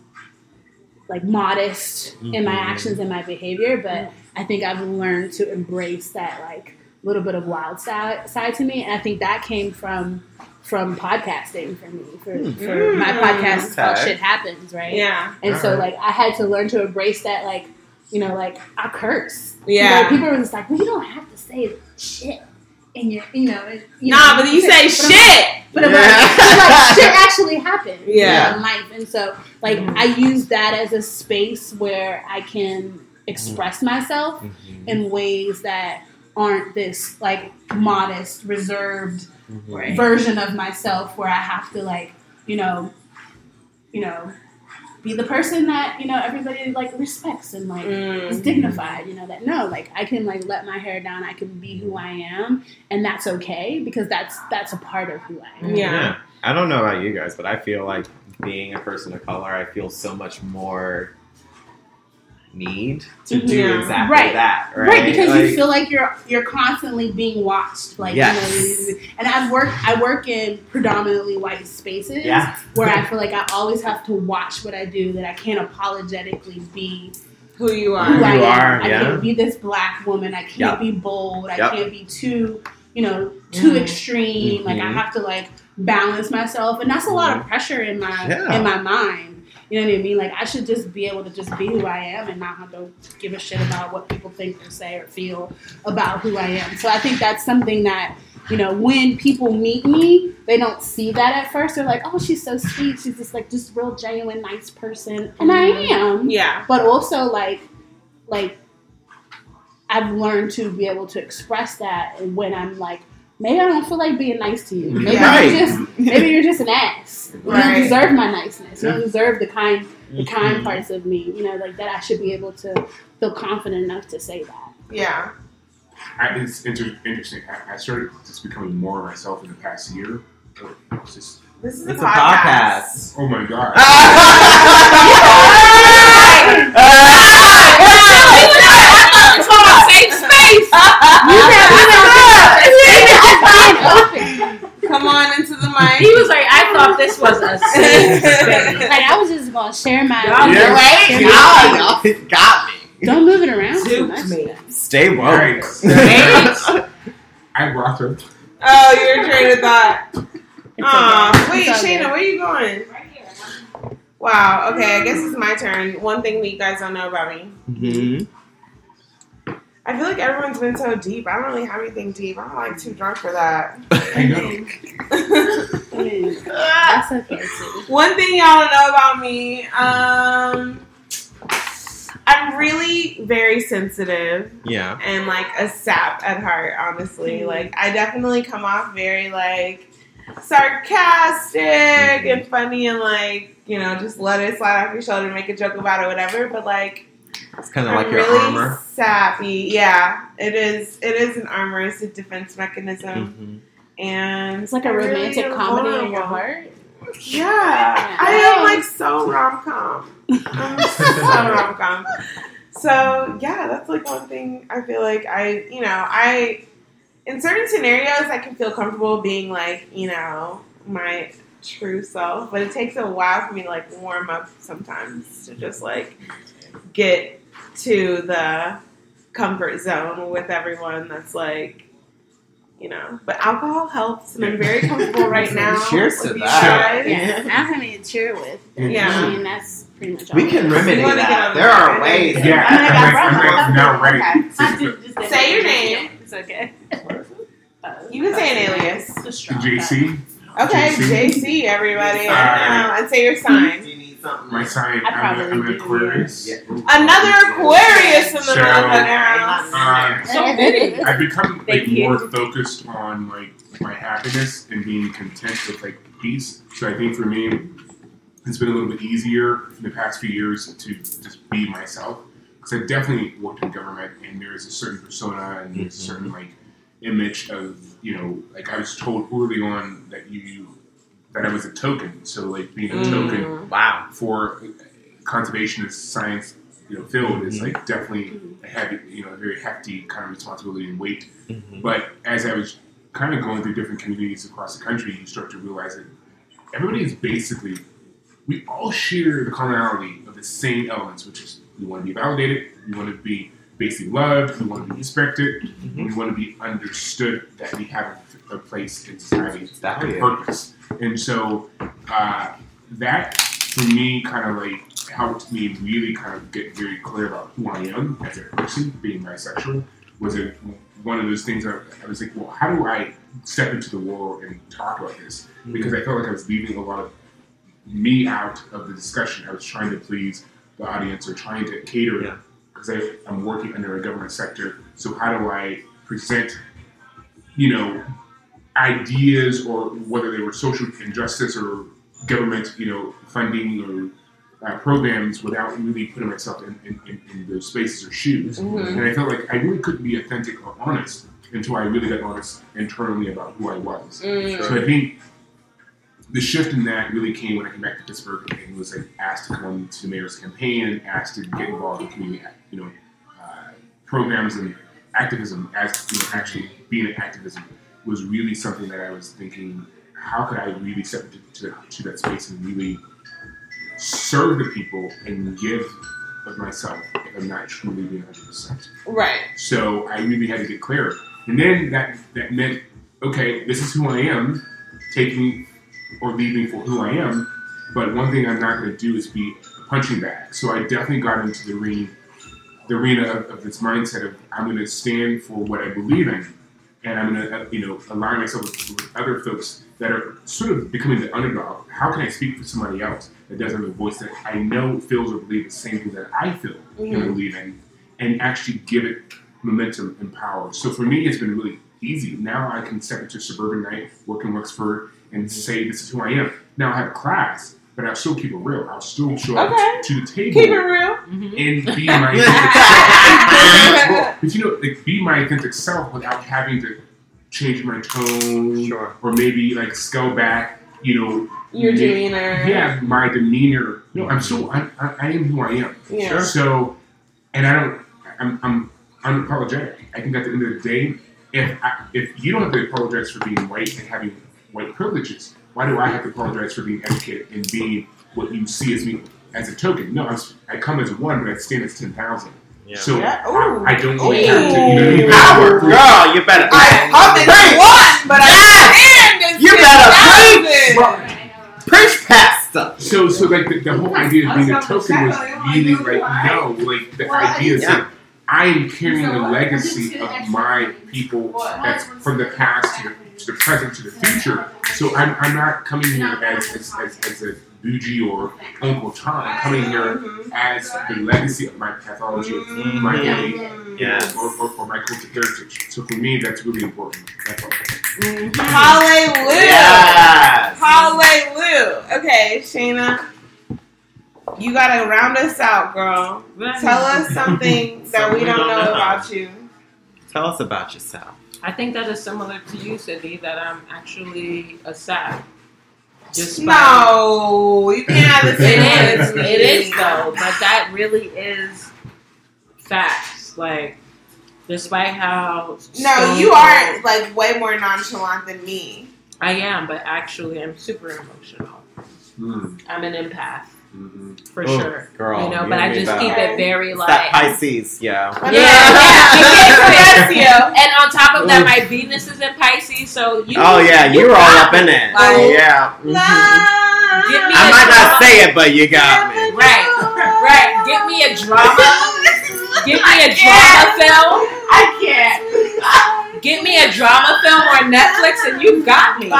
[SPEAKER 14] like modest in my
[SPEAKER 11] Mhm.
[SPEAKER 14] actions and my behavior. But I think I've learned to embrace that like little bit of wild side side to me. And I think that came from from podcasting for me. For,
[SPEAKER 11] Mm.
[SPEAKER 14] for my
[SPEAKER 10] Hmm.
[SPEAKER 11] Mm.
[SPEAKER 14] podcast is called
[SPEAKER 11] Okay.
[SPEAKER 14] Shit Happens, right?
[SPEAKER 11] Yeah.
[SPEAKER 14] And so
[SPEAKER 11] Alright.
[SPEAKER 14] like I had to learn to embrace that like you know, like I curse.
[SPEAKER 11] Yeah.
[SPEAKER 14] Like, people were just like, well, you don't have to say shit and you're, you know, it, you
[SPEAKER 10] Nah,
[SPEAKER 14] know,
[SPEAKER 10] but you say
[SPEAKER 14] I'm-
[SPEAKER 10] shit.
[SPEAKER 14] But I'm
[SPEAKER 10] Yeah.
[SPEAKER 14] like,
[SPEAKER 11] *laughs*
[SPEAKER 14] but like, shit actually happened
[SPEAKER 10] Yeah.
[SPEAKER 14] in life, and so like I use that as a space where I can express myself
[SPEAKER 11] Mm-hmm.
[SPEAKER 14] in ways that aren't this like modest, reserved
[SPEAKER 2] Right.
[SPEAKER 14] version of myself where I have to like, you know, you know, be the person that you know everybody like respects and like is dignified. You know that no, like I can like let my hair down. I can be who I am, and that's okay because that's that's a part of who I am.
[SPEAKER 5] I don't know about you guys, but I feel like being a person of color, I feel so much more need to
[SPEAKER 4] Mm-hmm.
[SPEAKER 5] do
[SPEAKER 14] Yeah.
[SPEAKER 5] exactly
[SPEAKER 14] Right.
[SPEAKER 5] that. Right.
[SPEAKER 14] Right, because
[SPEAKER 5] Like,
[SPEAKER 14] you feel like you're you're constantly being watched. Like,
[SPEAKER 5] Yes.
[SPEAKER 14] you know, and I work I work in predominantly white spaces
[SPEAKER 2] Yeah.
[SPEAKER 14] where I feel like I always have to watch what I do. That I can't apologetically be
[SPEAKER 3] who you are.
[SPEAKER 14] Who I
[SPEAKER 5] You
[SPEAKER 14] am.
[SPEAKER 5] are,
[SPEAKER 14] I
[SPEAKER 5] yeah.
[SPEAKER 14] can't be this black woman. I can't
[SPEAKER 5] Yep.
[SPEAKER 14] be bold. I
[SPEAKER 5] Yep.
[SPEAKER 14] can't be too you know too
[SPEAKER 3] Mm-hmm.
[SPEAKER 5] Mhm.
[SPEAKER 14] extreme. Like I
[SPEAKER 5] Mhm.
[SPEAKER 14] have to like balance myself, and that's a lot of pressure in my
[SPEAKER 5] Mm-hmm. Yeah.
[SPEAKER 14] in my mind. You know what I mean? Like I should just be able to just be who I am and not have to give a shit about what people think or say or feel about who I am. So I think that's something that you know when people meet me, they don't see that at first. They're like, "Oh, she's so sweet. She's just like just real genuine, nice person," and I
[SPEAKER 2] Mm-hmm.
[SPEAKER 14] am.
[SPEAKER 3] Yeah.
[SPEAKER 14] But also like like I've learned to be able to express that when I'm like. Maybe I don't feel like being nice to you. Maybe
[SPEAKER 2] Right.
[SPEAKER 14] you're just maybe you're just an ass. You
[SPEAKER 2] Right.
[SPEAKER 14] don't deserve my niceness. You don't
[SPEAKER 2] Yeah.
[SPEAKER 14] deserve the kind the
[SPEAKER 5] Mm-hmm.
[SPEAKER 14] kind
[SPEAKER 2] Mhm.
[SPEAKER 14] parts of me, you know, like that I should be able to feel confident enough to say that.
[SPEAKER 3] Yeah.
[SPEAKER 13] I, it's inter- interesting. I, I started just becoming more myself in the past year. I was just-
[SPEAKER 3] This is
[SPEAKER 5] It's a podcast.
[SPEAKER 13] Oh my god.
[SPEAKER 5] *laughs*
[SPEAKER 3] Come on into the mic.
[SPEAKER 10] He was like, I thought this was
[SPEAKER 3] *laughs*
[SPEAKER 10] a safe
[SPEAKER 14] like I was just gonna share my
[SPEAKER 10] Y'all
[SPEAKER 5] Yeah.
[SPEAKER 14] Right?
[SPEAKER 5] Y'all-
[SPEAKER 14] Share my-
[SPEAKER 5] y'all got me.
[SPEAKER 14] Don't move it around too much.
[SPEAKER 5] Stay woke.
[SPEAKER 13] *laughs* I rocked her.
[SPEAKER 3] Oh, you're drained of that. Aw,
[SPEAKER 13] okay.
[SPEAKER 3] wait,
[SPEAKER 13] It's okay.
[SPEAKER 3] Shayna, where you going? Wow. Okay, I guess it's my turn. One thing that you guys don't know about me. I feel like everyone's been so deep. I don't really have anything deep. I'm like too drunk for that.
[SPEAKER 14] That's okay too.
[SPEAKER 3] *laughs* One thing y'all don't know about me, um, I'm really very sensitive.
[SPEAKER 5] Yeah.
[SPEAKER 3] And like a sap at heart, honestly.
[SPEAKER 14] Mm-hmm.
[SPEAKER 3] Like I definitely come off very like sarcastic and funny and like, you know, just let it slide off your shoulder, make a joke about it, whatever. But like
[SPEAKER 5] It's kind of
[SPEAKER 3] I'm
[SPEAKER 5] like your
[SPEAKER 3] really
[SPEAKER 5] armor.
[SPEAKER 3] sappy. Yeah. It is it is an armor, it's a defense mechanism.
[SPEAKER 5] Mhm.
[SPEAKER 3] And
[SPEAKER 14] It's like a
[SPEAKER 3] I really
[SPEAKER 14] romantic
[SPEAKER 3] am
[SPEAKER 14] comedy in your
[SPEAKER 3] vulnerable.
[SPEAKER 14] heart.
[SPEAKER 4] *laughs*
[SPEAKER 3] Yeah, I am like so rom com. I'm so
[SPEAKER 5] *laughs*
[SPEAKER 3] rom com. So yeah, that's like one thing I feel like I, you know, I in certain scenarios I can feel comfortable being like, you know, my true self, but it takes a while for me to like warm up sometimes to just like get to the comfort zone with everyone that's like you know, but alcohol helps, and I'm very
[SPEAKER 5] *laughs*
[SPEAKER 3] comfortable right now.
[SPEAKER 5] Cheers to
[SPEAKER 3] with you
[SPEAKER 5] that.
[SPEAKER 3] guys.
[SPEAKER 14] Yeah. I don't have any to cheer with.
[SPEAKER 3] Yeah.
[SPEAKER 14] I mean that's pretty much all
[SPEAKER 5] We can remedy
[SPEAKER 3] wanna get
[SPEAKER 5] that.
[SPEAKER 3] out of
[SPEAKER 5] There
[SPEAKER 3] the
[SPEAKER 5] are
[SPEAKER 3] way.
[SPEAKER 5] ways.
[SPEAKER 3] Yeah.
[SPEAKER 5] that-
[SPEAKER 3] Oh my God,
[SPEAKER 13] No, right.
[SPEAKER 3] Say your name.
[SPEAKER 14] It's okay.
[SPEAKER 3] You can say an alias.
[SPEAKER 13] JC,
[SPEAKER 3] Okay,
[SPEAKER 13] JC.
[SPEAKER 3] JC, everybody.
[SPEAKER 13] All
[SPEAKER 3] I
[SPEAKER 13] right.
[SPEAKER 3] don't know. And say your sign.
[SPEAKER 13] my sign. I'm, a, I'm an Aquarius.
[SPEAKER 3] Another Aquarius in the
[SPEAKER 13] So,
[SPEAKER 3] motherfucking
[SPEAKER 13] Uh,
[SPEAKER 3] house. So many.
[SPEAKER 13] I've become like
[SPEAKER 3] Thank you.
[SPEAKER 13] more focused on like my happiness and being content with like peace. So I think for me, it's been a little bit easier in the past few years to just be myself because I definitely worked in government and there is a certain persona and there's a certain like image of you know like I was told early on that you that I was a token. So like being a
[SPEAKER 5] Mm.
[SPEAKER 13] token,
[SPEAKER 5] wow,
[SPEAKER 13] for conservationist science, you know, field is like definitely a heavy, you know, a very hefty kind of responsibility and weight. But as I was kind of going through different communities across the country, you start to realize that everybody is basically we all share the commonality of the same elements, which is we want to be validated, we want to be basically loved, we want to be respected, we want to be understood that we have a place in society
[SPEAKER 5] Exactly.
[SPEAKER 13] and purpose. And so uh, that, for me, kind of like helped me really kind of get very clear about who I am as a person, being bisexual, was it one of those things I, I was like, well, how do I step into the world and talk about this? Because I felt like I was leaving a lot of me out of the discussion. I was trying to please the audience or trying to cater it because I'm working under a government sector. So how do I present, you know, ideas or whether they were social injustice or government, you know, funding or uh, programs without really putting myself in, in, in, in those spaces or shoes.
[SPEAKER 15] Mhm.
[SPEAKER 13] And I felt like I really couldn't be authentic or honest until I really got honest internally about who I was.
[SPEAKER 15] Mm.
[SPEAKER 13] So I think the shift in that really came when I came back to Pittsburgh and was like asked to come to the mayor's campaign, asked to get involved in community, you know, uh, programs and activism. As you know, actually being an activism was really something that I was thinking, how could I really step into to, to that space and really serve the people and give of myself if I'm not truly being 100 percent.
[SPEAKER 3] Right.
[SPEAKER 13] So I really had to get clear. And then that that meant, okay, this is who I am, take me or leave me for who I am. But one thing I'm not going to do is be a punching bag. So I definitely got into the arena, the arena of, of this mindset of I'm going to stand for what I believe in, and I'm going to you know align myself with, with other folks that are sort of becoming the underdog. How can I speak for somebody else that doesn't have a voice that I know feels or believes the same thing that I feel and
[SPEAKER 15] Mhm.
[SPEAKER 13] believe in, and actually give it momentum and power. So for me, it's been really easy. Now I can step into suburban night, work in Wexford, and say this is who I am. Now I have a class, but I'll still keep it real. I'll still show up
[SPEAKER 3] Okay.
[SPEAKER 13] to the table
[SPEAKER 3] Keep it real.
[SPEAKER 13] and be my authentic self. Well, but you know, like be my authentic self without having to change my tone or maybe like scale back, you know,
[SPEAKER 3] Your
[SPEAKER 13] ma-
[SPEAKER 3] demeanor.
[SPEAKER 13] Yeah, my demeanor. No, I'm so I, I, I am who I am.
[SPEAKER 3] Yeah. Sure.
[SPEAKER 13] So, and I don't. I'm I'm unapologetic. I think at the end of the day, if I, if you don't have to apologize for being white and having white privileges, why do I have to apologize for being educated and being what you see as me as a token? No, I'm, s- I come as one, but I stand as ten thousand. So
[SPEAKER 3] Yeah. Ooh.
[SPEAKER 13] I, I don't really have to. You know,
[SPEAKER 15] Our girl,
[SPEAKER 13] you better.
[SPEAKER 15] I'm in one, but I stand You better preach. Preach pastor.
[SPEAKER 13] So, so like the, the whole idea of being a token was really like no, like the idea is that I am carrying the legacy of my people that's from the past to the, to the present to the future. So I'm, I'm not coming here as as, as, as a bougie or Uncle Tom. I'm coming here as the legacy of my pathology, of my family,
[SPEAKER 5] Yes.
[SPEAKER 13] or, or, or my cultural heritage. So for me, that's really important. That's all.
[SPEAKER 3] Hallelujah.
[SPEAKER 13] Yes.
[SPEAKER 3] Hallelujah. Okay, Shayna, you gotta round us out, girl.
[SPEAKER 4] Right.
[SPEAKER 3] Tell us
[SPEAKER 4] *laughs*
[SPEAKER 3] something that we don't know about you.
[SPEAKER 5] Tell us about yourself.
[SPEAKER 4] I think that is similar to you, Cindy, that I'm actually a sap. Just
[SPEAKER 3] no, you can't have the
[SPEAKER 4] it
[SPEAKER 3] same
[SPEAKER 4] is.
[SPEAKER 3] words.
[SPEAKER 4] It is though, but that really is facts. Like, despite how
[SPEAKER 3] No, you are like way more nonchalant than me.
[SPEAKER 4] I am, but actually, I'm super emotional. I'm an empath for
[SPEAKER 5] Oh,
[SPEAKER 4] sure.
[SPEAKER 5] girl,
[SPEAKER 4] you know,
[SPEAKER 5] you
[SPEAKER 4] but I
[SPEAKER 5] and me
[SPEAKER 4] just keep
[SPEAKER 5] both.
[SPEAKER 4] it very
[SPEAKER 5] It's
[SPEAKER 4] like
[SPEAKER 5] that Pisces, yeah.
[SPEAKER 4] Yeah,
[SPEAKER 5] *laughs*
[SPEAKER 4] yeah, it is Pisces. And on top of that,
[SPEAKER 5] Ooh.
[SPEAKER 4] my Venus is in Pisces, so you.
[SPEAKER 5] Oh yeah, you were all up in
[SPEAKER 15] Oh,
[SPEAKER 5] it.
[SPEAKER 4] Like,
[SPEAKER 5] yeah.
[SPEAKER 15] Mm-hmm.
[SPEAKER 5] mhm.
[SPEAKER 4] Get me
[SPEAKER 5] I
[SPEAKER 4] a
[SPEAKER 5] might
[SPEAKER 4] drama.
[SPEAKER 5] not say it, but you got me.
[SPEAKER 4] Right, right. Get me a drama. Get me a drama film. I can't. Get me a drama film or Netflix, and you've got me.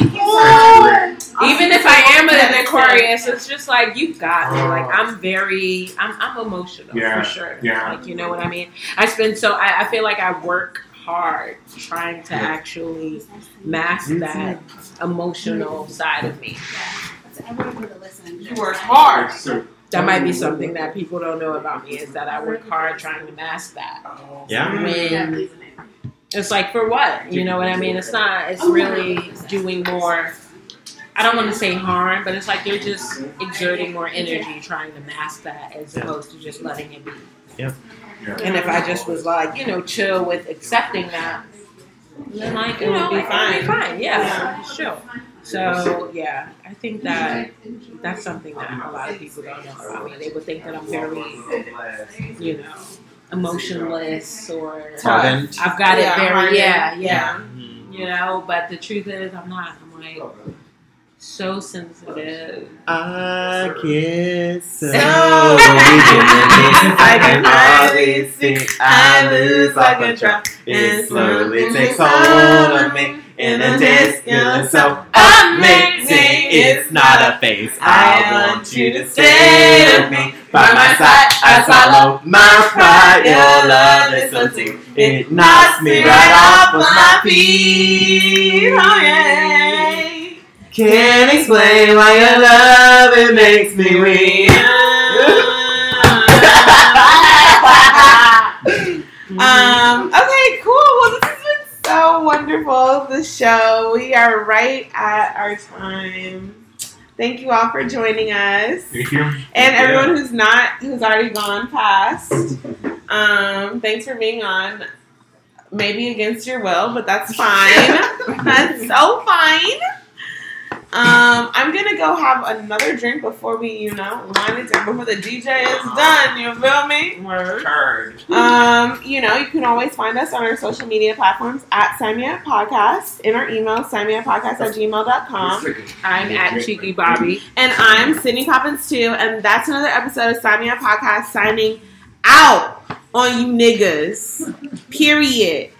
[SPEAKER 4] Like, even if I am an Aquarius, it's just like you've got me. Like I'm very, I'm, I'm emotional
[SPEAKER 13] Yeah,
[SPEAKER 4] for sure.
[SPEAKER 13] yeah.
[SPEAKER 4] Like you know what I mean. I spend so I, I feel like I work hard trying to actually master that emotional side of me.
[SPEAKER 14] You
[SPEAKER 4] work hard.
[SPEAKER 13] So-
[SPEAKER 4] That might be something that people don't know about me is that I work hard trying to mask that. Oh.
[SPEAKER 5] Yeah.
[SPEAKER 4] When it's like for what? You know what I mean? It's not it's really doing more I don't want to say harm, but it's like you're just exerting more energy trying to mask that as opposed to just letting it be.
[SPEAKER 5] Yeah.
[SPEAKER 4] And if I just was like, you know, chill with accepting that, then like you know, like, it'll be fine. Yeah, sure. So yeah, I think that that's something that a lot of people don't know about me. They would think that I'm very, you know, emotionless or
[SPEAKER 5] Hardened.
[SPEAKER 4] I've got it
[SPEAKER 5] Yeah,
[SPEAKER 4] very
[SPEAKER 5] hardened.
[SPEAKER 4] yeah,
[SPEAKER 5] Yeah.
[SPEAKER 4] yeah, you know. But the truth is, I'm not. I'm like
[SPEAKER 16] so sensitive.
[SPEAKER 15] I get so weak
[SPEAKER 16] I
[SPEAKER 15] and
[SPEAKER 16] can
[SPEAKER 15] always think I lose like a drop. It slowly takes hold of me in a disc and so amazing. It's not a face. I want you to stay with me. By my side, I swallow my pride. Your love is so deep. It knocks me right off of my feet. Oh yeah. Can't explain why your love it makes me weak.
[SPEAKER 3] Um, okay, cool. Well, this has been so wonderful, the show. We are right at our time. Thank you all for joining us.
[SPEAKER 13] Thank you.
[SPEAKER 3] And everyone who's not, who's already gone past, um, thanks for being on. Maybe against your will, but that's fine. *laughs* that's so fine. Um, I'm gonna go have another drink before we, you know, wind it down before the DJ is done. You feel me? Word. Um, you know, you can always find us on our social media platforms at Simia Podcast, in our email, simiapodcast at gmail.com. I'm at Cheeky Bobby. And I'm Sydney Poppins too, and that's another episode of Simia Podcast signing out on you niggas. Period.